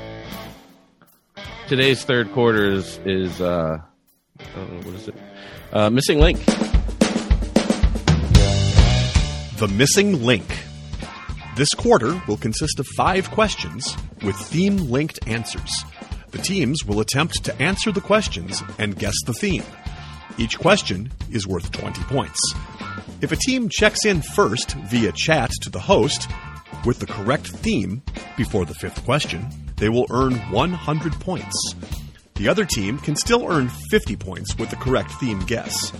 Today's third quarter is, is uh, I don't know, what is it? Uh, missing Link. The Missing Link. This quarter will consist of five questions with theme linked answers. The teams will attempt to answer the questions and guess the theme. Each question is worth 20 points. If a team checks in first via chat to the host with the correct theme before the fifth question, they will earn 100 points. The other team can still earn 50 points with the correct theme guess.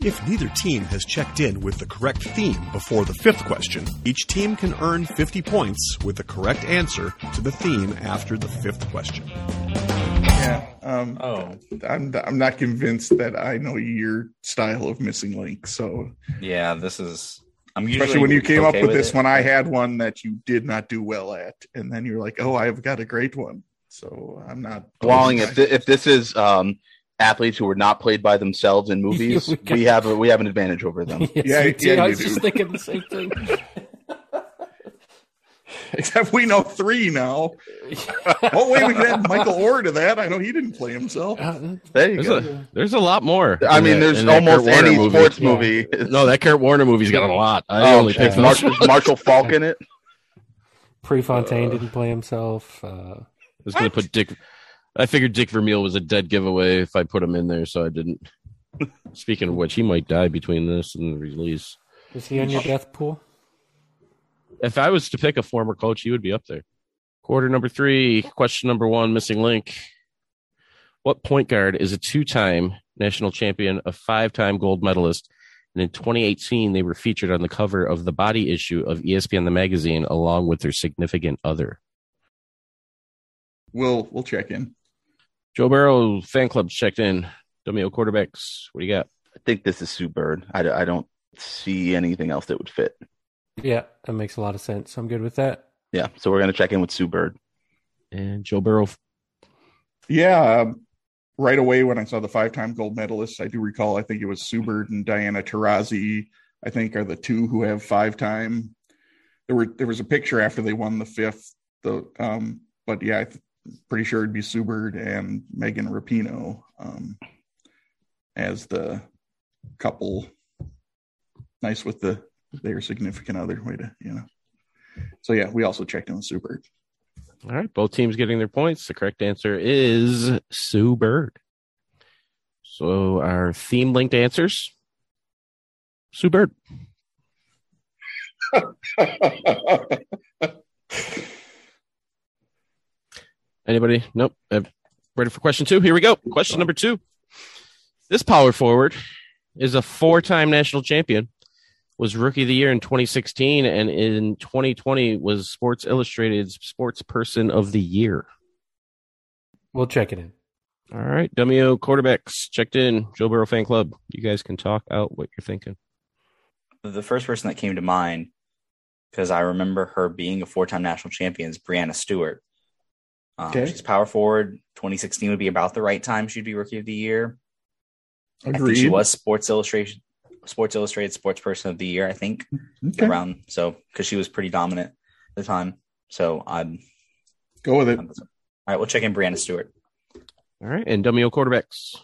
If neither team has checked in with the correct theme before the fifth question, each team can earn 50 points with the correct answer to the theme after the fifth question. yeah. Um Oh, I'm I'm not convinced that I know your style of missing link. So yeah. This is. I'm usually especially when you came okay up with this it. one, I had one that you did not do well at, and then you're like, oh, I've got a great one. So I'm not Walling, if thi- if this is um athletes who were not played by themselves in movies, We got- we have a, we have an advantage over them. Yes, Yeah, you yeah, did. I you was do. just thinking the same thing. Except we know three now. Oh wait, we could add Michael Orr to that. I know he didn't play himself. Uh, There you There's go. a, there's a lot more. I in mean, that- there's in that Kurt almost Warner any movie. sports movie. No, that Kurt Warner movie's got a lot. I Oh, only shit. picked those. Marshall, Marshall Falk in it. Prefontaine didn't play himself. Uh, I was going to put Dick. I figured Dick Vermeil was a dead giveaway if I put him in there, so I didn't. Speaking of which, he might die between this and the release. is he on your death pool? If I was to pick a former coach, he would be up there. Quarter number three, question number one, missing link. What point guard is a two time national champion, a five time gold medalist? And in 2018, they were featured on the cover of the body issue of E ESPN the magazine along with their significant other. We'll we'll check in. Joe Burrow fan clubs checked in. Domino quarterbacks, what do you got? I think this is Sue Bird. I, d- I don't see anything else that would fit. Yeah, that makes a lot of sense. I'm good with that. Yeah, so we're gonna check in with Sue Bird. And Joe Burrow Yeah, um, right away when I saw the five-time gold medalists, I do recall. I think it was Subert and Diana Taurasi. I think are the two who have five-time. There were there was a picture after they won the fifth. The um, but yeah, I'm pretty sure it'd be Subert and Megan Rapinoe um, as the couple. Nice with the their significant other way to you know So yeah, we also checked in with Sue Bird. All right, both teams getting their points. The correct answer is Sue Bird. So our theme linked answers Sue Bird. Anybody? Nope. Uh, ready for question two? Here we go. Question number two. This power forward is a four time national champion, was rookie of the year in 2016, and in 2020 was Sports Illustrated's Sports Person of the Year. We'll check it in. All right. WO quarterbacks checked in. Joe Burrow fan club. You guys can talk out what you're thinking. The first person that came to mind, because I remember her being a four time national champion, is Brianna Stewart. Um, Okay. She's power forward. 2016 would be about the right time she'd be rookie of the year. I think Agreed. she was Sports Illustration, Sports Illustrated Sports Person of the Year. I think Okay, around so because she was pretty dominant at the time. So I'm, go with it. I'm all right. We'll check in Brianna Stewart. All right. And WO quarterbacks.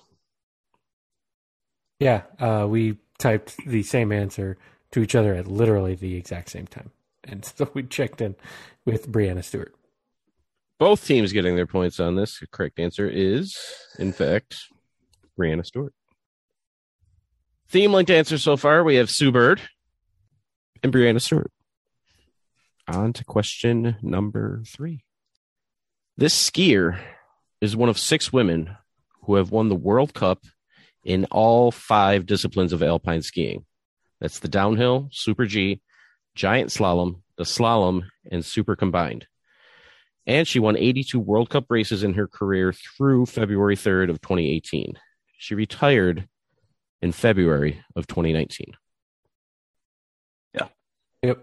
Yeah, uh, we typed the same answer to each other at literally the exact same time, and so we checked in with Brianna Stewart. Both teams getting their points on this. The correct answer is, in fact, Brianna Stewart. Theme linked answer so far we have Sue Bird and Brianna Stewart. On to question number three. This skier is one of six women who have won the World Cup in all five disciplines of alpine skiing. That's the downhill, super G, giant slalom, the slalom, and super combined and she won 82 World Cup races in her career through February 3rd of 2018. She retired in February of 2019. Yep.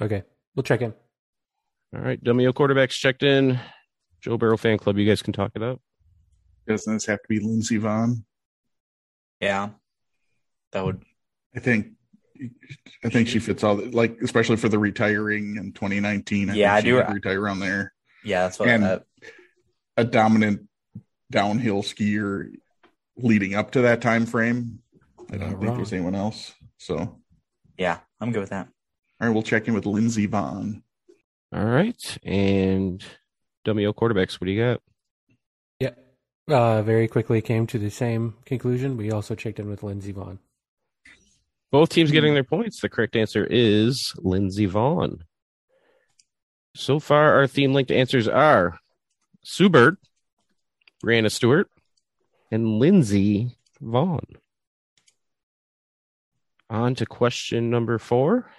Okay, we'll check in. All right, WO quarterbacks checked in. Joe Barrow fan club, you guys can talk it out. Doesn't this have to be Lindsey Vaughn? Yeah, that would I think. I think she fits all the, like, especially for the retiring in 2019. I think Yeah, I she do- could retire around there. yeah. That's what uh, And- I, A dominant downhill skier leading up to that time frame. I Not don't think wrong. there's anyone else. So, all yeah. I'm good with that. right, we'll check in with Lindsey Vaughn. All right, and WO quarterbacks, what do you got? Yeah. Uh, very quickly came to the same conclusion. We also checked in with Lindsey Vaughn. Both teams getting their points. The correct answer is Lindsey Vaughn. So far, our theme linked answers are Sue Bird, Brianna Stewart, and Lindsey Vaughn. On to question number four.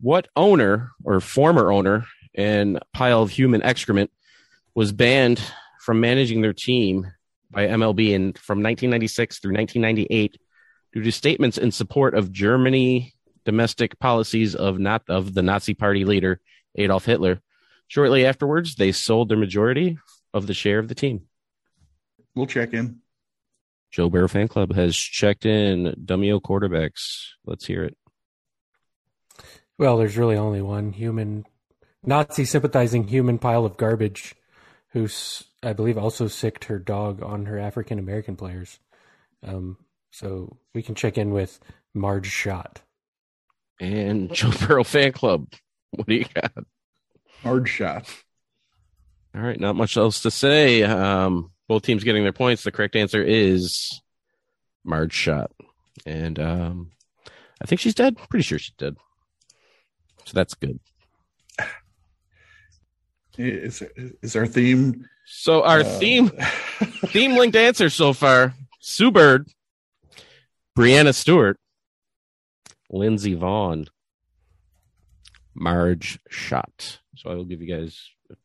What owner or former owner and pile of human excrement was banned from managing their team by MLB in, from 1996 through 1998 due to statements in support of Germany domestic policies of not of the Nazi party leader Adolf Hitler. Shortly afterwards, they sold their majority of the share of the team. We'll check in. Joe Barrow fan club has checked in Dumio quarterbacks. Let's hear it. Well, there's really only one human, Nazi sympathizing human pile of garbage who's, I believe, also sicked her dog on her African American players. Um, so we can check in with Marge Schott. And Joe Barrow fan club. What do you got? Hard shot. All right, not much else to say. Um, both teams getting their points. The correct answer is Marge Shot. And um, I think she's dead. Pretty sure she's dead. So that's good. Is is our theme? So our uh, theme theme linked answer so far: Sue Bird, Brianna Stewart, Lindsey Vaughn, Marge Schott. So I will give you guys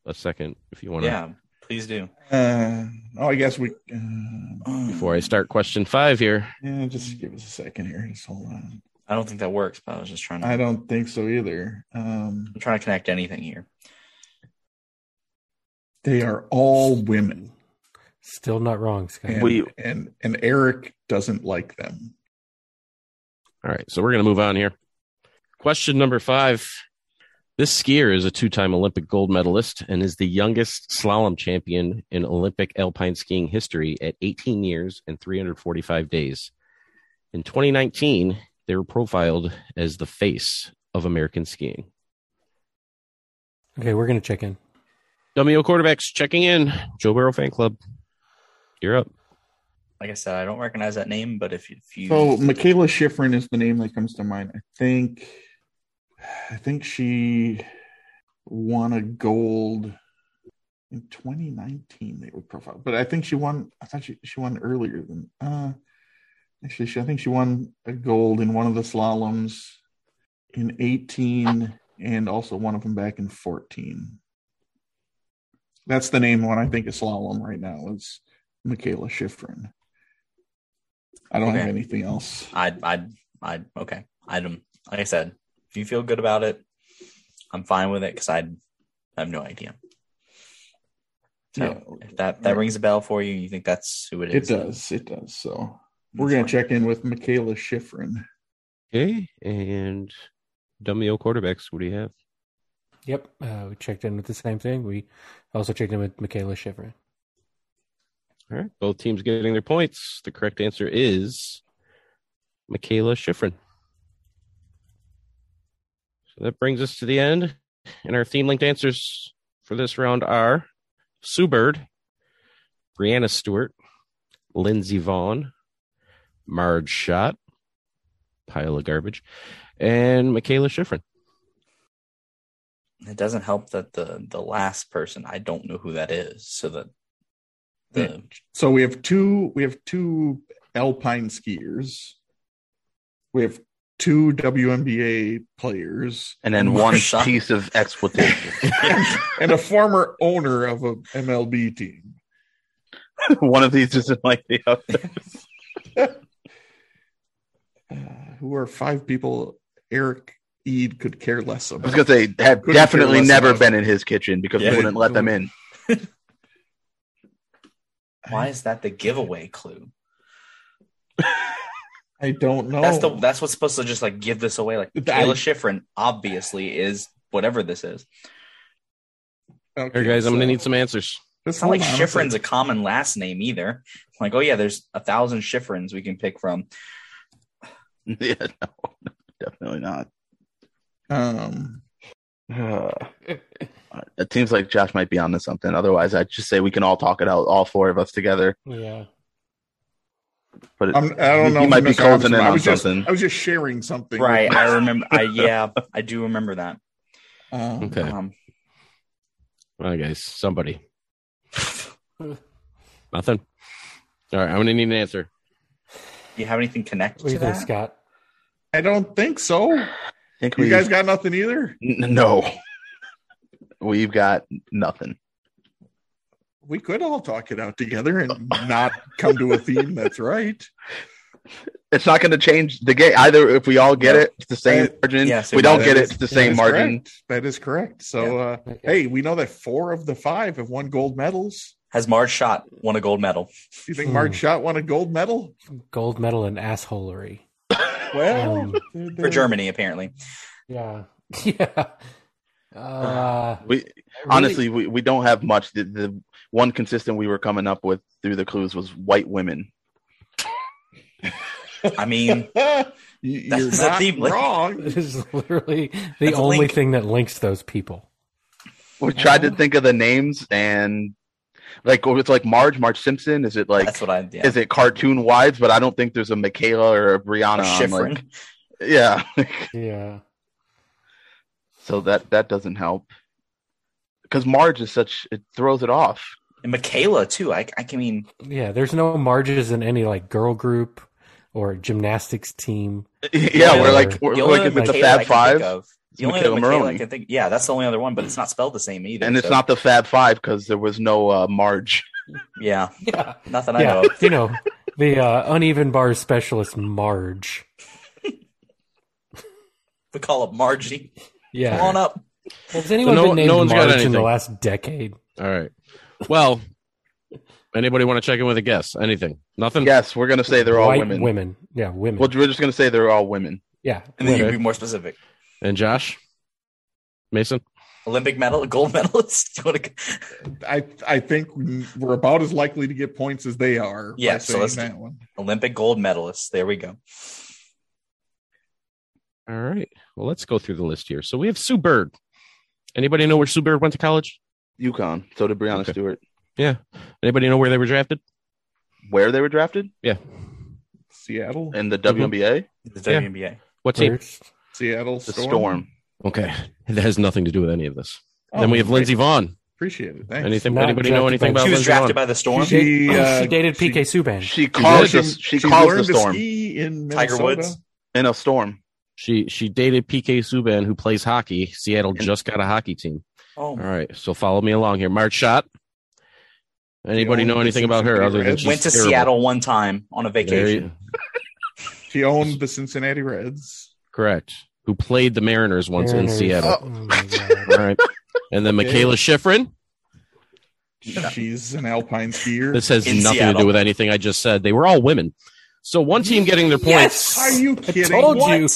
a second if you want to Yeah, please do. Uh, oh, I guess we. Uh, before I start question five here. Yeah, just give us a second here. Just hold on. I don't think that works, but I was just trying to. I don't think so either. Um, I'm trying to connect anything here. they are all women, Still not wrong, Scott. and, We- and and Eric doesn't like them. All right, so we're going to move on here. Question number five. This skier is a two time Olympic gold medalist and is the youngest slalom champion in Olympic alpine skiing history at 18 years and 345 days. In 2019, they were profiled as the face of American skiing. Okay, we're gonna check in. WO quarterbacks checking in. Joe Burrow fan club. You're up. Like I said, I don't recognize that name, but if, you- if you So Michaela Schifrin is the name that comes to mind. I think, I think she won a gold in 2019. They were profiled, but I think she won. I thought she she won earlier than. Uh, actually, she, I think she won a gold in one of the slaloms in 18, and also one of them back in 14. That's the name one I think is slalom right now is Michaela Schifrin. I don't have Okay. anything else. I'd, I'd, I'd, okay. I'd, um, like I said, if you feel good about it, I'm fine with it because I have no idea. So if that, that Right. rings a bell for you, you think that's who it It is? does. It does. So we're going to check in with Michaela Schifrin. Okay. And WO quarterbacks, what do you have? Yep, uh, we checked in with the same thing. We also checked in with Michaela Schifrin. All right. Both teams getting their points. The correct answer is Michaela Schifrin. So that brings us to the end. And our theme linked answers for this round are Sue Bird, Brianna Stewart, Lindsey Vaughn, Marge Schott, pile of garbage, and Michaela Schifrin. It doesn't help that the, the last person, I don't know who that is. So that the, So we have two. We have two alpine skiers. We have two WNBA players And then More one shot. piece of expletive. and a former owner of a MLB team. one of these isn't like the other. Uh, who are five people Eric Eid could care less I was about. gonna say have Couldn't definitely care less never about been in his kitchen because Yeah. we wouldn't let them in. why is that the giveaway clue? I don't know. That's the, that's what's supposed to just like give this away. Like Oh. That- Kayla Schifrin obviously is whatever this is. Okay, All right, guys, I'm going to so need some answers. just It's not like hold on a Schifrin's a common last name either. Like, oh yeah, there's a thousand Schifrins we can pick from. yeah, no, definitely not. second. Um, Uh, it seems like Josh might be onto something. Otherwise, I'd just say we can all talk it out, all four of us together. Yeah. But it, I'm, I don't he- know. He who might be Miss Armstrong- closing in I on was just- something. I was just sharing something. Right. I remember I yeah, I do remember that. Um, Okay. Um All right, guys, somebody. Nothing. All right, I'm going to need an answer. do you have anything connected What do to you think, that? Scott? I don't think so. think You we- guys got nothing either. N- no, we've got nothing. We could all talk it out together and not come to a theme. That's right. It's not going to change the game either. If we all get No. it, it's the same That- margin. yes, we it- don't that get it, is- it's the That same is margin. corrct. That is correct. So, uh, Okay. hey, we know that four of the five have won gold medals. Has Marge shot won a gold medal? Do you think Hmm. Mark Schott won a gold medal? gold medal in assholery. Well, Hmm. Um, they're- they're- For Germany, apparently. Yeah. Yeah. Uh, We honestly we, we don't have much. The, the one consistent we were coming up with through the clues was white women. I mean You- you're That's a not theme link. wrong. This is literally the That's a only link. thing that links those people. We tried to think of the names and like oh, it's like Marge, Marge Simpson. Is it like that's what I yeah. is it cartoon wives? But I don't think there's a Michaela or a Or Brianna. on, Schifrin. like- yeah, Yeah. so that that doesn't help because Marge is such it throws it off. and Michaela too. I I can mean Yeah. There's no Marges in any like girl group or gymnastics team. yeah, Yeah, we're or- like we're, the we're only like other is it the Michaela I Fab can think Five? of- the only Michaela other Michaela I Maroney. can think yeah, that's the only other one, but it's not spelled the same either. And it's so, not the Fab Five because there was no uh, Marge. yeah, Yeah. nothing I know Yeah. of. You know, the uh, uneven bars specialist, Marge. We call it Margie. Yeah. Come on up. Has anyone So no- been named no one's got Marge in the anything. last decade? All right. Well, anybody want to check in with a guess? Anything? Nothing? Yes, we're gonna say they're all White women. Women. Yeah, women. Well, we're just gonna say they're all women. yeah. And then you Okay. can be more specific. And Josh? Mason? Olympic medal, gold medalist. You wanna go- I I think we're about as likely to get points as they are. by Yeah, so saying let's do- that one. Olympic gold medalist. There we go. All right. Well, let's go through the list here. So we have Sue Bird, Anybody know where Sue Bird went to college? UConn. So did Breonna Okay. Stewart. Yeah. Anybody know where they were drafted? Where they were drafted Yeah. Seattle, in the Mhm. WNBA, The Yeah. WNBA. What team? First. Seattle the Storm. Storm. Okay. That has nothing to do with any of this. Oh, then we have great. Lindsey Vaughn. Appreciate it. Thanks. Anything? Not Anybody know drafted by- anything about She was Lindsey drafted Vaughn? by the Storm. She- She, uh, dated she- PK Subban. She calls did. the she calls the learned to Storm ski in Tiger Minnesota. Woods. in a storm. She she dated PK Subban, who plays hockey. Seattle And- just got a hockey team. Oh, All right, so follow me along here. March shot. Anybody Yeah, know anything about her other than Reds. she's went to terrible? Seattle one time on a There vacation. you- She owned the Cincinnati Reds. correct. Who played the Mariners once Mariners. in Seattle? Oh my God. All right, and then Okay. Michaela Schifrin. She's an alpine skier. This has In nothing to do Seattle. with anything I just said. They were all women. So one team getting their points. Are you kidding? told What? you.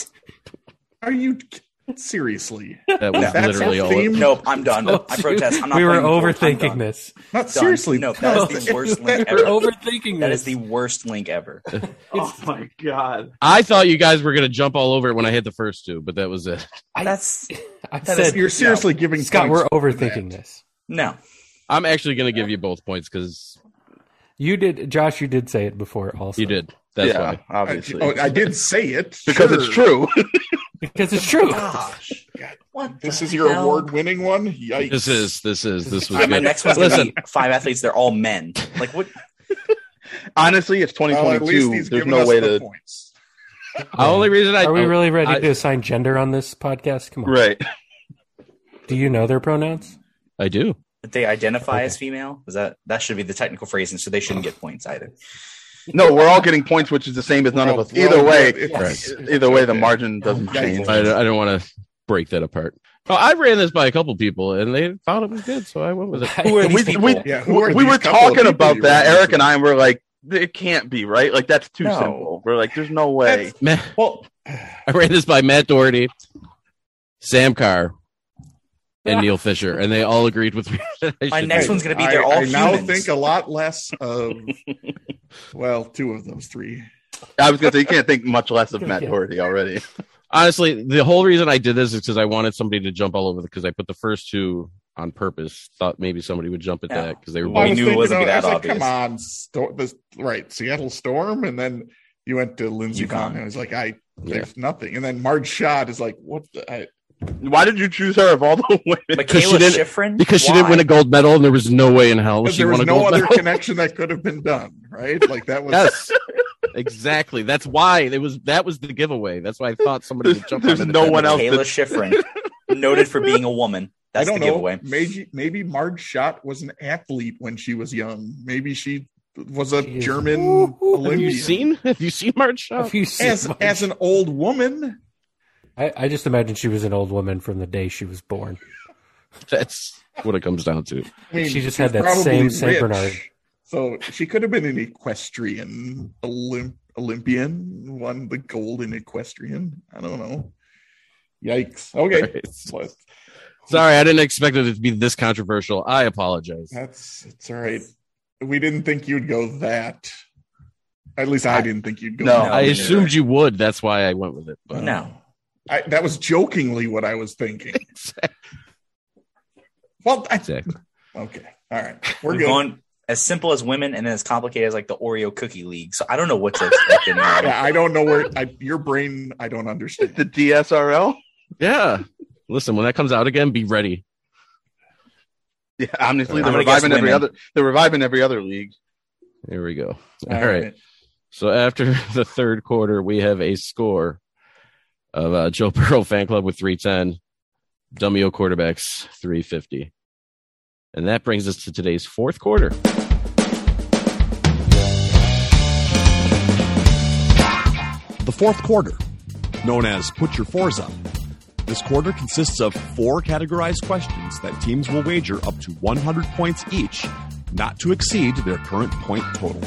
Are you ki- seriously? That was That's literally a all. theme. It, Nope, I'm done. Oh, I protest. I'm not we were playing the fourth. I'm overthinking done. this. Not seriously. No, that is the no. worst We were link ever. overthinking That this. is the worst link ever. Oh my god! I thought you guys were going to jump all over it when I hit the first two, but that was it. That's I that said, You're seriously giving Scott, points we're for overthinking that. this. no. I'm actually going to give you both points because You did, Josh. You did say it before, also. you did. That's yeah, why. obviously, I, oh, I did say it because it's sure. true. because it's true. Gosh, God. What this the is your hell? award-winning one. Yikes! This is this is this was Yeah, my good. next one's gonna Listen. be five athletes. They're all men. Like what? Honestly, it's Well, at least 2022. he's There's giving no us way to the points. The only reason I Are we really ready I- to assign gender on this podcast? Come on. right. Do you know their pronouns? I do. They identify Okay. as female. Is that that should be the technical phrasing? So they shouldn't get points either. No, we're all getting points, which is the same as none of Well, us. Either way, it's- Yes. it's either way, the okay. margin doesn't my change. God. I, I don't want to break that apart. Oh, I ran this by a couple people and they found it was good, so I went with it. Who are These we- people- we- Yeah, who are We these were couple of talking people about you that. ran Eric into? and I were like, it can't be right. Like that's too No. simple. We're like, there's no way. Matt, Well, I ran this by Matt Doherty, Sam Carr, and Neil Fisher, and they all agreed with me. that I My should next do it. one's gonna be I- they're all I now humans. think a lot less of. well, two of those three. I was gonna say you can't think much less of Matt Yeah. Doherty already. honestly the whole reason I did this is because I wanted somebody to jump all over because I put the first two on purpose. Thought maybe somebody would jump at Yeah. that because they were Well, both we knew it wasn't I was that like, obvious. Come on, Sto- this, right? Seattle Storm, and then you went to Lindsey UConn. Vaughn, and I was like, I Yeah. there's nothing. And then Marge Shot is like, what? The, I, Why did you choose her of all the women? Michaela she didn't- Schifrin because she didn't Why? win a gold medal and there was no way in hell she there won was a no gold other medal. connection that could have been done, right? Like that was Yes. exactly. That's why it was that was the giveaway. That's why I thought somebody would jump There's on it. no one else Michaela Schifrin, noted for being a woman. I That's don't the giveaway. know. Maybe maybe Marge Schott was an athlete when she was young. Maybe she was a Jeez. German Ooh, ooh, have you Have you Olympian. seen have you seen March Have Shot? you seen as my- as an old woman? I, I just imagine she was an old woman from the day she was born. That's what it comes down to. I mean, She just she's had that probably same Saint rich. Bernard. So she could have been an equestrian Olymp- Olympian, won the gold in equestrian. I don't know. Yikes. Okay. Right. What? Sorry, I didn't expect it to be this controversial. I apologize. That's it's all right. We didn't think you'd go that. At least I, didn't think you'd go. No. that. I assumed you would. That's why I went with it. But No. um, I, that was jokingly what I was thinking. Well, I, Exactly. okay, all right, We're we're good. going as simple as women and as complicated as like the Oreo cookie league. So I don't know what to expect. in that. Yeah, I don't know where I, your brain. I don't understand. The DSRL. Yeah. Listen, when that comes out again, be ready. Yeah, honestly, I'm they're gonna guess reviving every women. other. They're reviving every other league. Here we go. All right. So after the third quarter, we have a score of uh, Joe Burrow fan club with 310, Dummyo quarterbacks 350. And that brings us to today's fourth quarter. The fourth quarter, known as Put Your Fours Up. This quarter consists of four categorized questions that teams will wager up to 100 points each, not to exceed their current point total.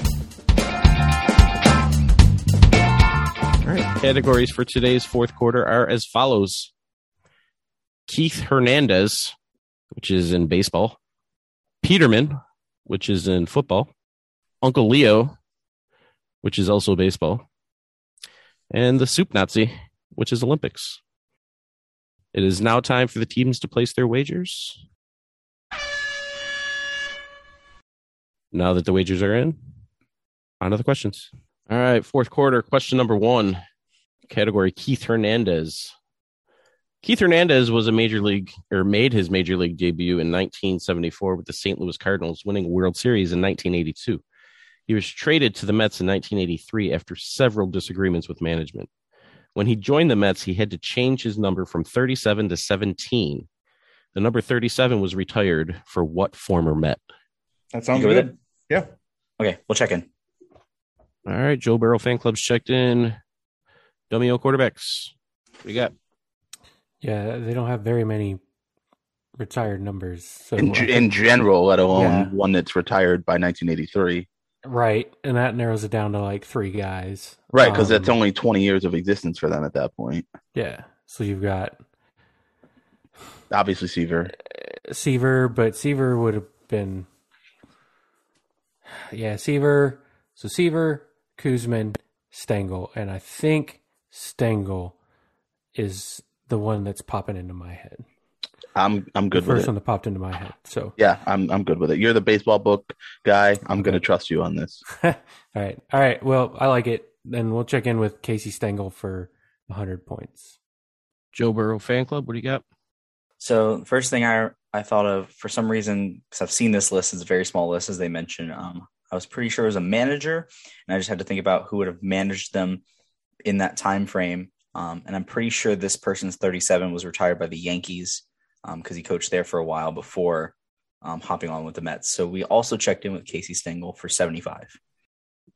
All right. Categories for today's fourth quarter are as follows Keith Hernandez, which is in baseball, Peterman, which is in football, Uncle Leo, which is also baseball, and the Soup Nazi, which is Olympics. It is now time for the teams to place their wagers. Now that the wagers are in, on to the questions. All right, fourth quarter, question number one, category Keith Hernandez. Keith Hernandez was a major league or made his major league debut in 1974 with the St. Louis Cardinals, winning a World Series in 1982. He was traded to the Mets in 1983 after several disagreements with management. When he joined the Mets, he had to change his number from 37 to 17. The number 37 was retired for what former Met? That sounds You good with good. Yeah. Okay, we'll check in. All right, Joe Burrow fan club's checked in. Dummy O quarterbacks. We got Yeah, they don't have very many retired numbers. So in, ge- in general, let alone Yeah. one that's retired by 1983. right, and that narrows it down to like three guys. Right, because Um, that's only 20 years of existence for them at that point. yeah. So you've got Obviously, Seaver. Seaver, but Seaver would have been, yeah, Seaver. So Seaver, Kuzman, Stengel, and I think Stengel is the one that's popping into my head. I'm I'm good the with first it. one that popped into my head. So Yeah, I'm I'm good with it. You're the baseball book guy. I'm going to trust you on this. all right, all right. Well, I like it. Then we'll check in with Casey Stengel for hundred points. Joe Burrow fan club. What do you got? So the first thing I I thought of for some reason because I've seen this list, it's a very small list as they mentioned. Um, I was pretty sure it was a manager, and I just had to think about who would have managed them in that time frame. Um, and I'm pretty sure this person's 37 was retired by the Yankees because he coached there for a while before um, hopping on with the Mets. So we also checked in with Casey Stengel for 75.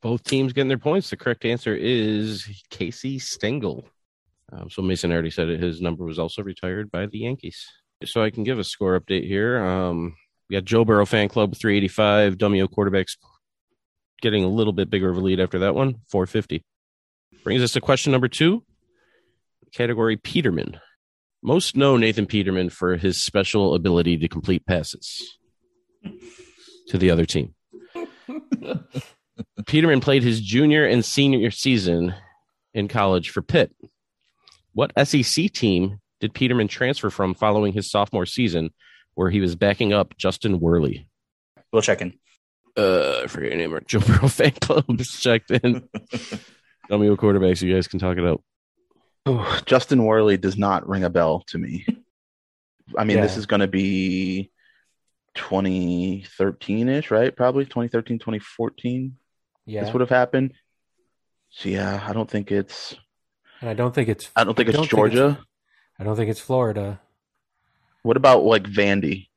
Both teams getting their points. The correct answer is Casey Stengel. Um, so Mason already said it. His number was also retired by the Yankees. So I can give a score update here. Um, we got Joe Burrow fan club 385. Dummy O quarterbacks getting a little bit bigger of a lead after that one, 450. Brings us to question number two, category Peterman. Most know Nathan Peterman for his special ability to complete passes to the other team. Peterman played his junior and senior season in college for Pitt. What SEC team did Peterman transfer from following his sophomore season, where he was backing up Justin Worley? We'll check in. Uh, I forget your name. Or Joe Burrow fan clubs checked in. Tell me what quarterbacks you guys can talk it out. Ooh, Justin Worley does not ring a bell to me. I mean, this Yeah. is going to be 2013 ish, right? Probably 2013, 2014. Yeah, This would have happened. So, yeah, I don't think it's. and I don't think it's. I don't think it's don't think it's- Georgia. I don't think it's Florida. What about like Vandy?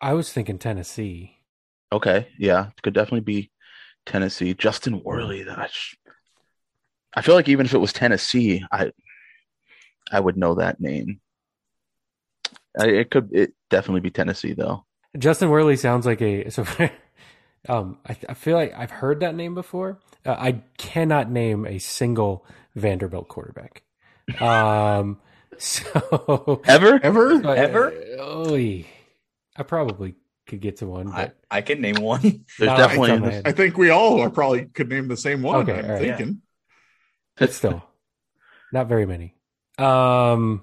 I was thinking Tennessee. Okay, yeah, it could definitely be Tennessee. Justin Worley, that I, sh- I feel like even if it was Tennessee, I I would know that name. I, it could it definitely be Tennessee though. Justin Worley sounds like a so. um, I, I feel like I've heard that name before. Uh, I cannot name a single Vanderbilt quarterback. Um, so Ever? Ever? Ever? Uh, oy. I probably could get to one. I, But I can name one. There's not off the top of my definitely head. I think we all are probably could name the same one. Okay, I'm all right. thinking. but still not very many. Um,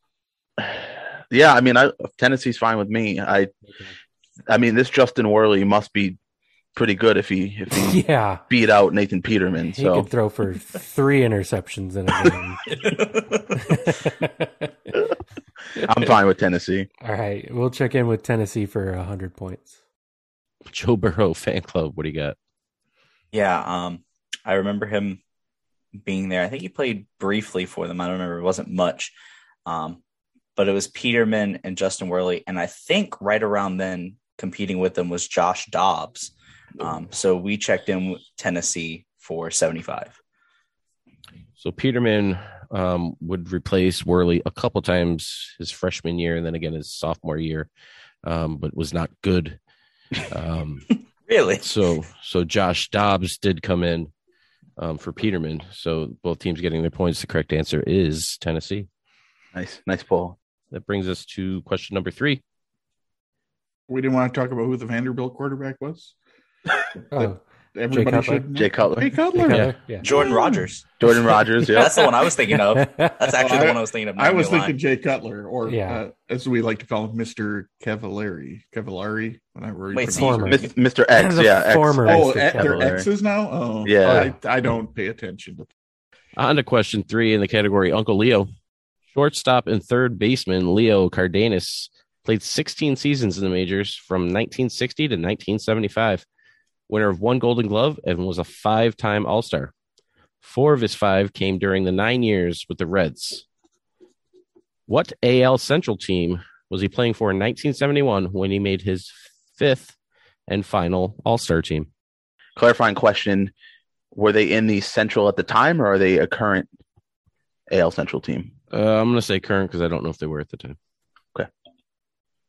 yeah. I mean, I Tennessee's fine with me. I I mean, this Justin Worley must be pretty good if he if he yeah, beat out Nathan Peterman. he So could throw for three interceptions in a game. I'm fine with Tennessee. All right, we'll check in with Tennessee for hundred points. Joe Burrow fan club. What do you got? Yeah, um, I remember him being there. I think he played briefly for them. I don't remember; it wasn't much. Um, but it was Peterman and Justin Worley, and I think right around then, competing with them was Josh Dobbs. Um, so we checked in with Tennessee for seventy-five. So Peterman um, would replace Worley a couple times his freshman year and then again his sophomore year, um, but was not good. Um, Really? so so Josh Dobbs did come in um, for Peterman. So both teams getting their points. The correct answer is Tennessee. Nice, nice poll. That brings us to question number three. We didn't want to talk about who the Vanderbilt quarterback was. Oh, Everybody Cutler? should. know. Jay Cutler, Jay Cutler. Yeah. yeah. Jordan Rogers. Jordan Rogers. Yeah, That's the one I was thinking of. That's actually I- the one I was thinking of. I not was gonna lie. thinking Jay Cutler, or Yeah. uh, as we like to call him, Mr. Cavallari. Cavallari, whenever you Wait, pronounce former. it. Mis- Mr. X. The Yeah, X. former. Oh, Mr. eh, they're Cavallari. X's now. Oh, Yeah. I, I don't pay attention to Uh, On to question three in the category Uncle Leo. Shortstop and third baseman Leo Cardenas played 16 seasons in the majors from 1960 to 1975, winner of one Golden Glove, and was a five time All Star. Four of his five came during the nine years with the Reds. What AL Central team was he playing for in 1971 when he made his fifth and final All Star team? Clarifying question: Were they in the Central at the time, or are they a current AL Central team? Uh, I'm going to say current because I don't know if they were at the time. Okay.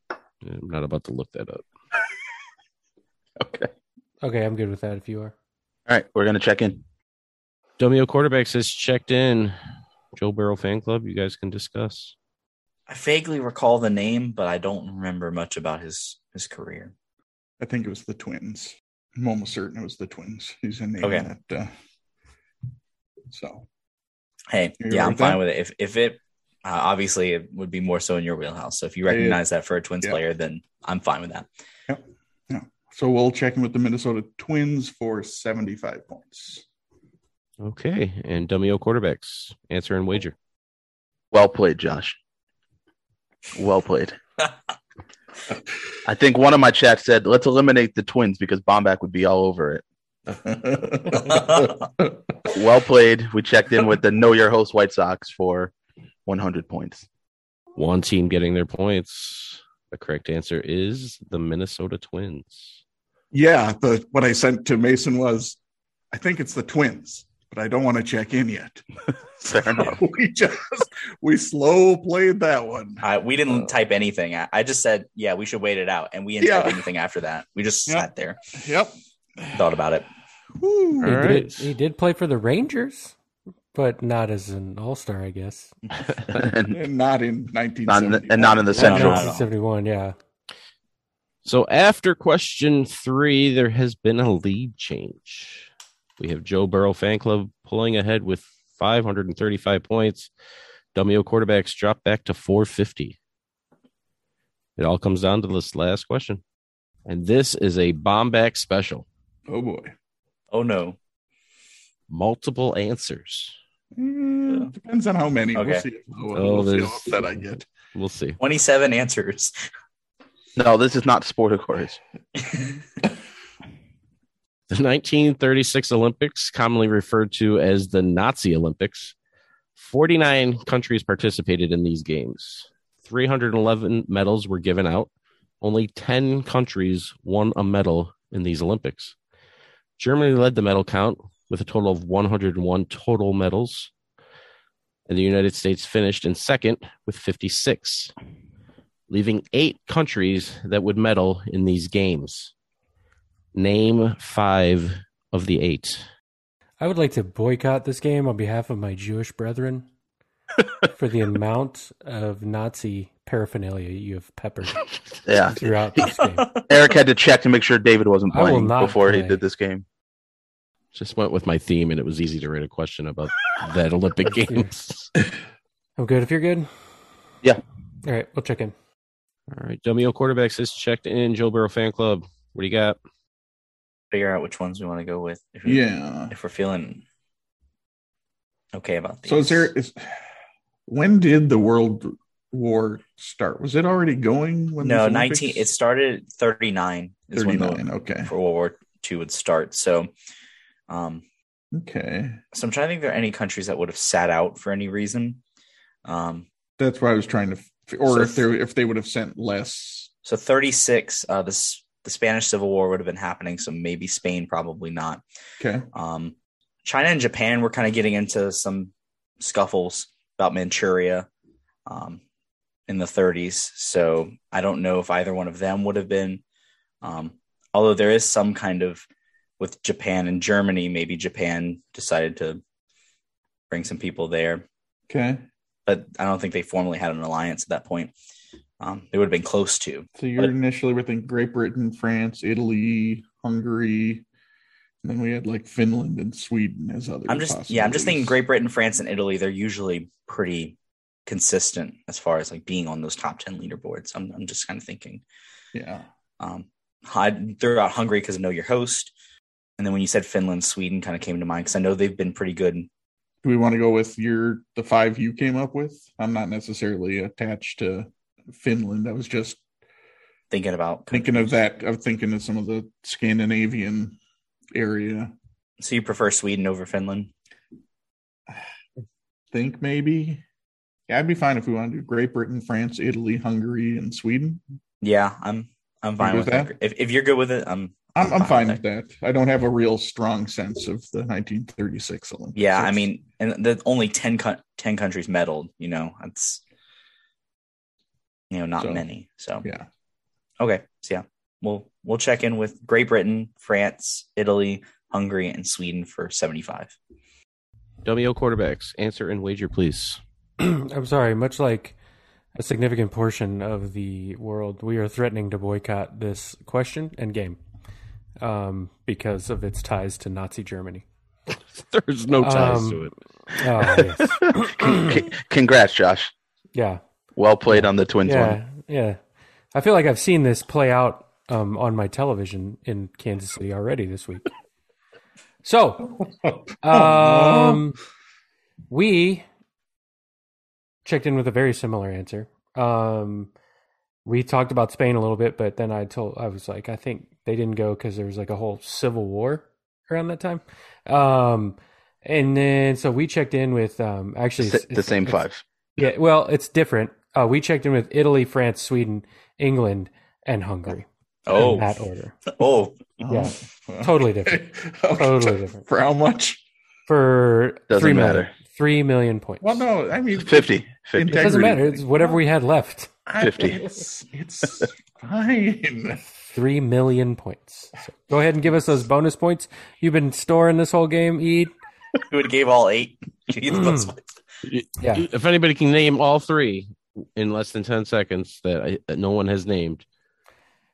I'm not about to look that up. Okay. Okay, I'm good with that if you are. All right, we're gonna check in. Domio quarterbacks has checked in. Joe Barrow fan club. You guys can discuss. I vaguely recall the name, but I don't remember much about his his career. I think it was the twins. I'm almost certain it was the twins. He's in name Okay. that. Uh, so Hey, You yeah, I'm with that? fine with it. If if it uh, obviously it would be more so in your wheelhouse. So if you Yeah, yeah. recognize that for a Twins Yeah. player, then I'm fine with that. so we'll check in with the Minnesota Twins for 75 points. Okay. And Domio quarterbacks answer and wager. Well played, Josh. Well played. I think one of my chats said, "Let's eliminate the twins because Bomback would be all over it." Well played. We checked in with the Know Your Host White Sox for 100 points. One team getting their points. The correct answer is the Minnesota Twins. yeah, but what I sent to Mason was, I think it's the twins, but I don't want to check in yet. Fair enough. we just we slow played that one. I, we didn't type anything. I, I just said, yeah, we should wait it out, and we didn't type Uh, Yeah. anything after that. We just Yeah. sat there, Yep. thought about it. Woo. All he, right. did, he did play for the Rangers, but not as an all star, I guess. and, And not in 1970. not in the, and not in the No, no, Central. no. 1971, yeah. So after question three, there has been a lead change. We have Joe Burrow fan club pulling ahead with 535 points. Dumio quarterbacks drop back to 450. It all comes down to this last question. And this is a bomb back special. Oh boy. Oh no! Multiple answers. Mm, Depends on how many. Okay. We'll see, how, Oh, we'll see there's- how upset I get. We'll see. Twenty-seven answers. No, this is not Sport Accords. The 1936 Olympics, commonly referred to as the Nazi Olympics, 49 countries participated in these games. 311 medals were given out. Only 10 countries won a medal in these Olympics. Germany led the medal count with a total of 101 total medals. And the United States finished in second with 56, leaving eight countries that would medal in these games. Name five of the eight. I would like to boycott this game on behalf of my Jewish brethren for the amount of Nazi paraphernalia you have peppered Yeah. throughout this game. Eric had to check to make sure David wasn't I will playing not before he play. did this game. Just went with my theme, and it was easy to write a question about that Olympic Let's do it. Games. I'm good if you're good. Yeah. All right, we'll check in. All right, Domio quarterbacks has checked in. Joe Burrow fan club. What do you got? Figure out which ones we want to go with. If we- Yeah. if we're feeling okay about these. So is there is when did the World War start? Was it already going when no these Olympics- nineteen? It started at thirty nine. Is when thirty-nine? the Okay, for World War Two would start. So, um, okay. so I'm trying to think. If there are any countries that would have sat out for any reason. Um, That's why I was trying to, f- or So- if they if they would have sent less. so thirty six. Uh, this the Spanish Civil War would have been happening. So maybe Spain, probably not. Okay, Um, China and Japan were kind of getting into some scuffles about Manchuria um, in the 30s. So I don't know if either one of them would have been. Um, although there is some kind of with Japan and Germany, maybe Japan decided to bring some people there, okay. but I don't think they formally had an alliance at that point. Um, they would have been close to. So you're initially within Great Britain, France, Italy, Hungary, And then we had like Finland and Sweden as other. I'm just yeah, I'm just thinking Great Britain, France, and Italy. They're usually pretty consistent as far as like being on those top ten leaderboards. I'm I'm just kind of thinking. Yeah. Um, I threw out Hungary because I know your host, and then when you said Finland, Sweden kind of came to mind because I know they've been pretty good. Do we want to go with your the five you came up with? I'm not necessarily attached to Finland. I was just Thinking about thinking of that. I'm thinking of some of the Scandinavian area. so you prefer Sweden over Finland? Think maybe. Yeah, I'd be fine if we want to do Great Britain, France, Italy, Hungary, and Sweden. Yeah, I'm I'm fine good with with that. that? If if you're good with it, I'm I'm, I'm fine with with that. I don't have a real strong sense of the 1936 Olympics. Yeah, I mean, and the only 10, coun- 10 countries medaled. You know, that's you know not So, many. So yeah. okay, so yeah, we'll we'll check in with Great Britain, France, Italy, Hungary, and Sweden for seventy five. WO quarterbacks, answer and wager, please. I'm sorry, much like a significant portion of the world, we are threatening to boycott this question and game um, because of its ties to Nazi Germany. There's no ties Um, to it. Oh, yes. C- congrats, Josh. yeah. Well played on the Twins yeah, one. Yeah. I feel like I've seen this play out um, on my television in Kansas City already this week. So, um, we checked in with a very similar answer. Um, we talked about Spain a little bit, but then I told, I was like, I think they didn't go because there was like a whole civil war around that time. Um, and then, so we checked in with um, actually S- it's- the same it's- five. yeah, well, it's different. Uh, we checked in with Italy, France, Sweden, England, and Hungary. in Oh, that order. oh, Yeah. Oh, Totally different. okay. Totally different. For how much? For Doesn't three million- matter. three million points. Well, no, I mean 50. 50. it doesn't integrity. matter. It's whatever we had left. I- 50. It's, it's fine. Three million points. So go ahead and give us those bonus points you've been storing this whole game. Eat. who would gave all eight? Jeez, that's- Mm. Yeah. If anybody can name all three in less than 10 seconds that, I, that no one has named,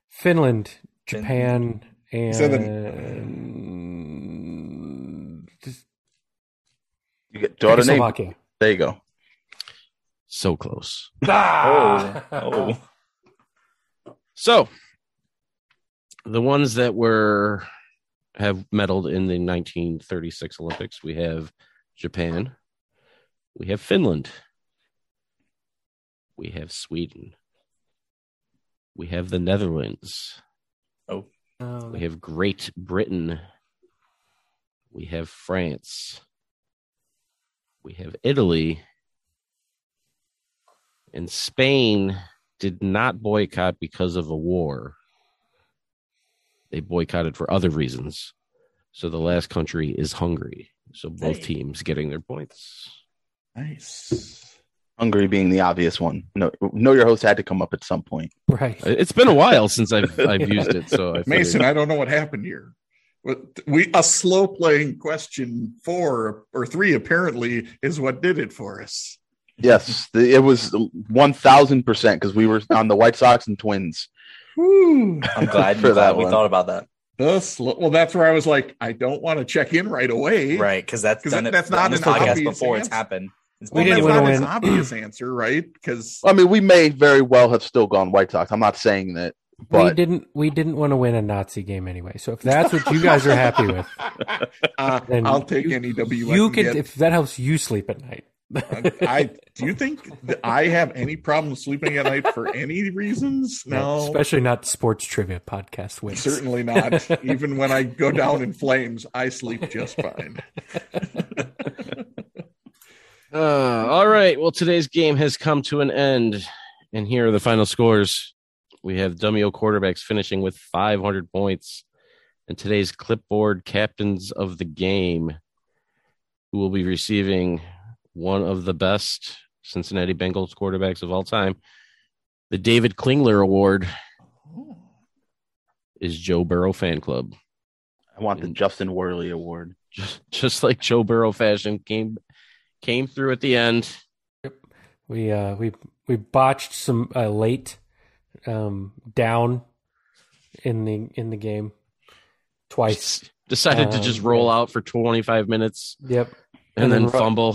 Finland, Japan, and said just You get daughter name. Slovakia. There you go. so close. Ah. oh, oh. So, the ones that were have medaled in the 1936 Olympics, we have Japan, we have Finland, we have Sweden, we have the Netherlands, Oh, we have Great Britain, we have France, we have Italy, and Spain did not boycott because of a war. They boycotted for other reasons. So the last country is Hungary. So both Hey. teams getting their points. Nice. Hungary being the obvious one. No, know your host had to come up at some point. right. It's been a while since I've I've used it. So I figured- Mason, I don't know what happened here. But we a slow playing question four or three apparently is what did it for us. Yes, the, it was 1,000% because we were on the White Sox and Twins. Woo. I'm glad, For I'm glad that we one. thought about that. The slow, well, that's where I was like, I don't want to check in right away. Right, because that's 'Cause done that- it that's on not this an podcast obvious before it's answer. happened. It's We Well, been didn't that's done. win not a an win. obvious answer, right? Because I mean, we may very well have still gone White Sox. I'm not saying that, we but didn't we didn't want to win a Nazi game anyway. So if that's what you guys are happy with, uh, then I'll take you- any W. I you can could get. Uh, if that helps you sleep at night. I do you think that I have any problem sleeping at night for any reasons? No, especially not sports trivia podcast wins. certainly not. Even when I go down in flames, I sleep just fine. Uh, all right. Well, today's game has come to an end, and here are the final scores. We have Dumio quarterbacks finishing with 500 points, and today's clipboard captains of the game, who will be receiving one of the best Cincinnati Bengals quarterbacks of all time, the David Klingler Award, is Joe Burrow Fan Club. I want the Justin Worley Award. Just, just like Joe Burrow fashion came came through at the end. We uh we we botched some uh, late um down in the in the game. twice. Decided to Um, just roll out for 25 minutes Yep. and, And then, then ru- fumble.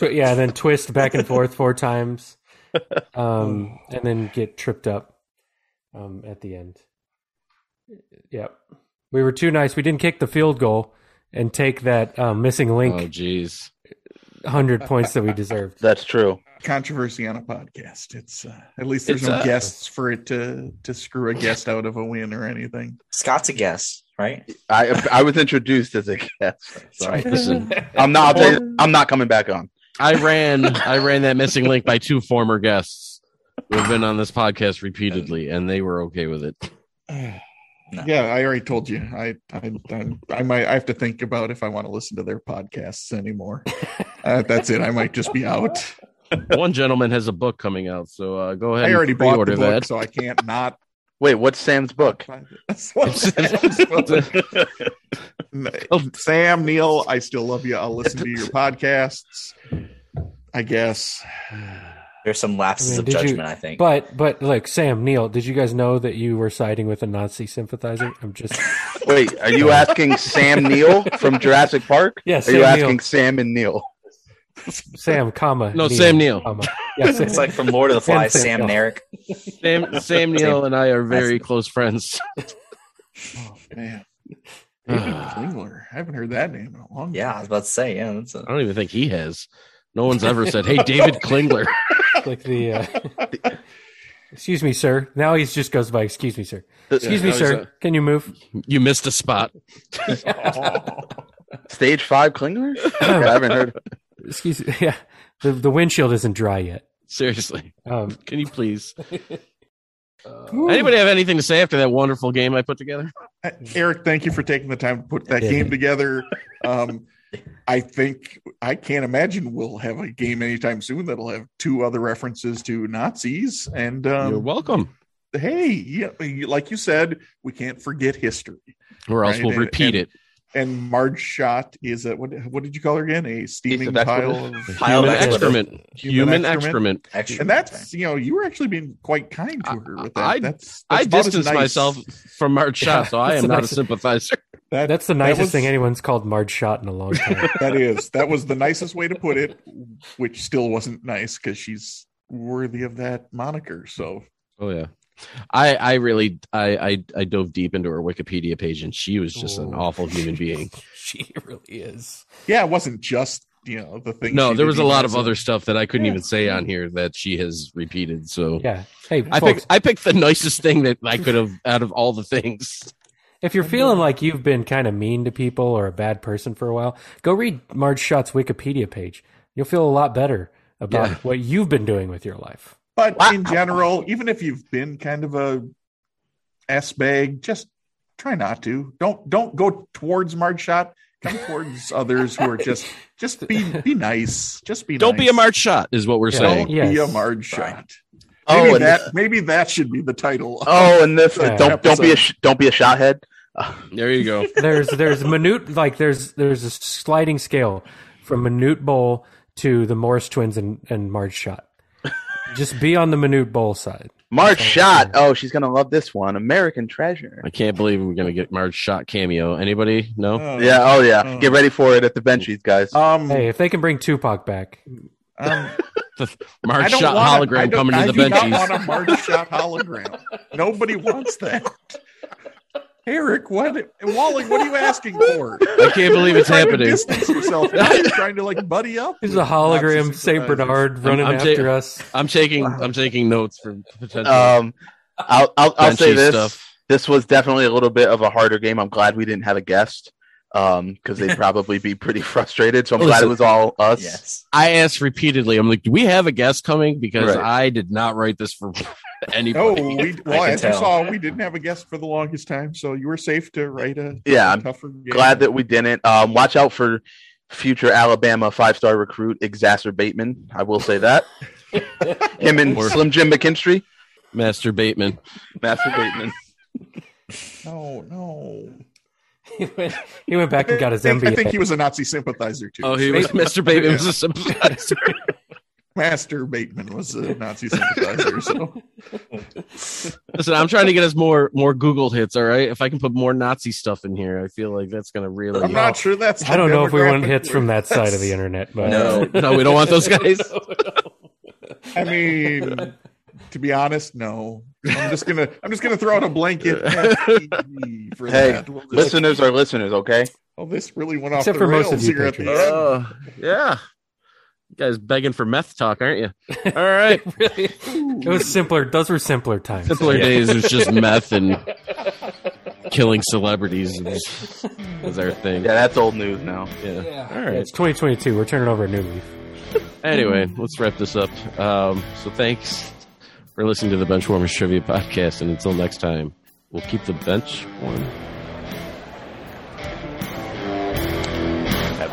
Tw- yeah, and then twist back and forth four times, um, and then get tripped up um, at the end. Yep, we were too nice. We didn't kick the field goal and take that um, missing Oh, link jeez. Oh. hundred points that we deserved. That's true. Controversy on a podcast. It's uh, at least there's It's, no uh, guests for it to to screw a guest out of a win or anything. Scott's a guess, right? I I was introduced as a guest. Sorry. Listen, I'm not. I'll tell you, I'm not coming back on. I ran I ran that missing link by two former guests who've been on this podcast repeatedly, and they were okay with it. Yeah, I already told you. I I, I I might I have to think about if I want to listen to their podcasts anymore. Uh, that's it. I might just be out. One gentleman has a book coming out, so uh, go ahead. I and already bought the pre-order book, that. so I can't not. Wait, what's Sam's book? find it. That's what Sam Neil, I still love you. I'll listen to your podcasts. I guess. There's some I lapses mean, of did you- judgment, I think. But but look, Sam Neil, did you guys know that you were siding with a Nazi sympathizer? I'm just Wait, are you asking Sam Neil from Jurassic Park? yeah. Are Sam you Neil, asking Sam and Neil? Sam, comma No, Sam Neil. comma. Yeah, Sam- it's like from Lord of the Flies, Sam Sam Neill. Narek. Sam, Sam Neil and I are very That's- close friends. Oh man, David Uh. Klingler. I haven't heard that name in a long Yeah, I time. was about to say, yeah, that's a, I don't even think he has. No one's ever said, "Hey, David Klingler." like the. Uh, excuse me, sir. Now he just goes by. Excuse me, sir. Excuse me, now he's sir. Can you move? You missed a spot. Stage five Klingler? Yeah, I haven't heard. Excuse me. Yeah, the the windshield isn't dry yet. Seriously, Um, can you please? Uh, anybody have anything to say after that wonderful game I put together? Uh, Eric, thank you for taking the time to put that Yeah. game together. Um, I think I can't imagine we'll have a game anytime soon that'll have two other references to Nazis. And um, You're welcome. hey, yeah, like you said, we can't forget history. Or else right, we'll and- repeat and- it. And Marge Shot is a what? What did you call her again? A steaming of excrement. pile of Pile of Human expletive. excrement. Human Human excrement. extra. and that's you know you were actually being quite kind to her with that. I- that's, that's I about as distance nice- myself from March Yeah, Shot, so I am that's the not a nice- sympathizer. That- that's the that nicest was- thing anyone's called Marge shot in a long time. that is that was the nicest way to put it which still wasn't nice because she's worthy of that moniker so Oh yeah. I, I really I, I I dove deep into her Wikipedia page and she was just an Oh. Ooh. awful human being. she really is. yeah it wasn't just you know the thing No, she there did, was a you lot know, of so- other stuff that I couldn't Yeah. even say on here that she has repeated. So Yeah. Hey, I folks, picked I picked the nicest thing that I could have out of all the things. if you're feeling like you've been kind of mean to people or a bad person for a while, go read Marge Shot's Wikipedia page. You'll feel a lot better about Yeah. what you've been doing with your life. but in general even if you've been kind of a s bag just try not to don't don't go towards marge shot come towards others who are just just be be nice just be Don't be a nice. March shot is what we're Yeah. saying. don't be a Yes. marge shot Oh, maybe and that this- maybe that should be the title Oh, and this Yeah. don't don't be a sh- don't be a shothead. There you go. there's there's minute like there's there's a sliding scale from minute bowl to the Morris twins and and Marge shot. Just be on the minute bowl side. March shot. That's Oh, she's gonna love this one. American treasure. I can't believe we're gonna get March shot cameo. Anybody? No? Oh. Yeah. Oh, yeah. Oh. Get ready for it at the benchies, guys. Um, Hey, if they can bring Tupac back, um, I March don't shot wanna- I hologram don't- coming to the I do benches. not want a March shot hologram. Nobody wants that. Eric, what, Wally? What are you asking for? I can't believe it's Trying to happening. distance yourself. Now you're trying to like buddy up. there's with a hologram Nazi Saint sympathizers. Bernard running I'm after ta- us. I'm taking I'm taking notes for potential Um, I'll I'll, I'll say Benchies this. stuff. This was definitely a little bit of a harder game. I'm glad we didn't have a guest because they'd probably be pretty frustrated. So I'm glad it Listen. was all us. Yes. I asked repeatedly. I'm like, do we have a guest coming? Because Right. I did not write this for No, anybody. Oh, we well I can as you tell. saw, we didn't have a guest for the longest time, so you were safe to write a Yeah, I'm tougher game. Glad that we didn't. Um, watch out for future Alabama five star recruit Exacer Bateman. I will say that. Him and Or- Slim Jim McKinstry, Master Bateman. Master Bateman. no, no. he, went, he went back and got his I think, I MBA. think Oh, he was a Nazi sympathizer too. Oh, he was Mr. Bateman was a sympathizer. Master Bateman was a Nazi sympathizer, so Listen, I'm trying to get us more more Google hits. All right, if I can put more Nazi stuff in here, I feel like that's going to really. I'm not sure that's. I don't know if we want want hits from that side of the internet, but No, no, we don't want those guys. I mean, to be honest, no. I'm just gonna I'm just gonna throw out a blanket FTG for Hey, that. We'll just- listeners are listeners, okay? oh, this really went off Except the for most rails of you here at the patrons. end. Oh, yeah. You guys begging for meth talk, aren't you? All right. it was simpler. Those were simpler times. Simpler days was just meth and killing celebrities was, was our thing. Yeah, that's old news now. Yeah. All Yeah, right. it's 2022. We're turning over a new leaf. Anyway, let's wrap this up. Um, so thanks for listening to the Benchwarmers Trivia Podcast, and until next time, we'll keep the bench warm. That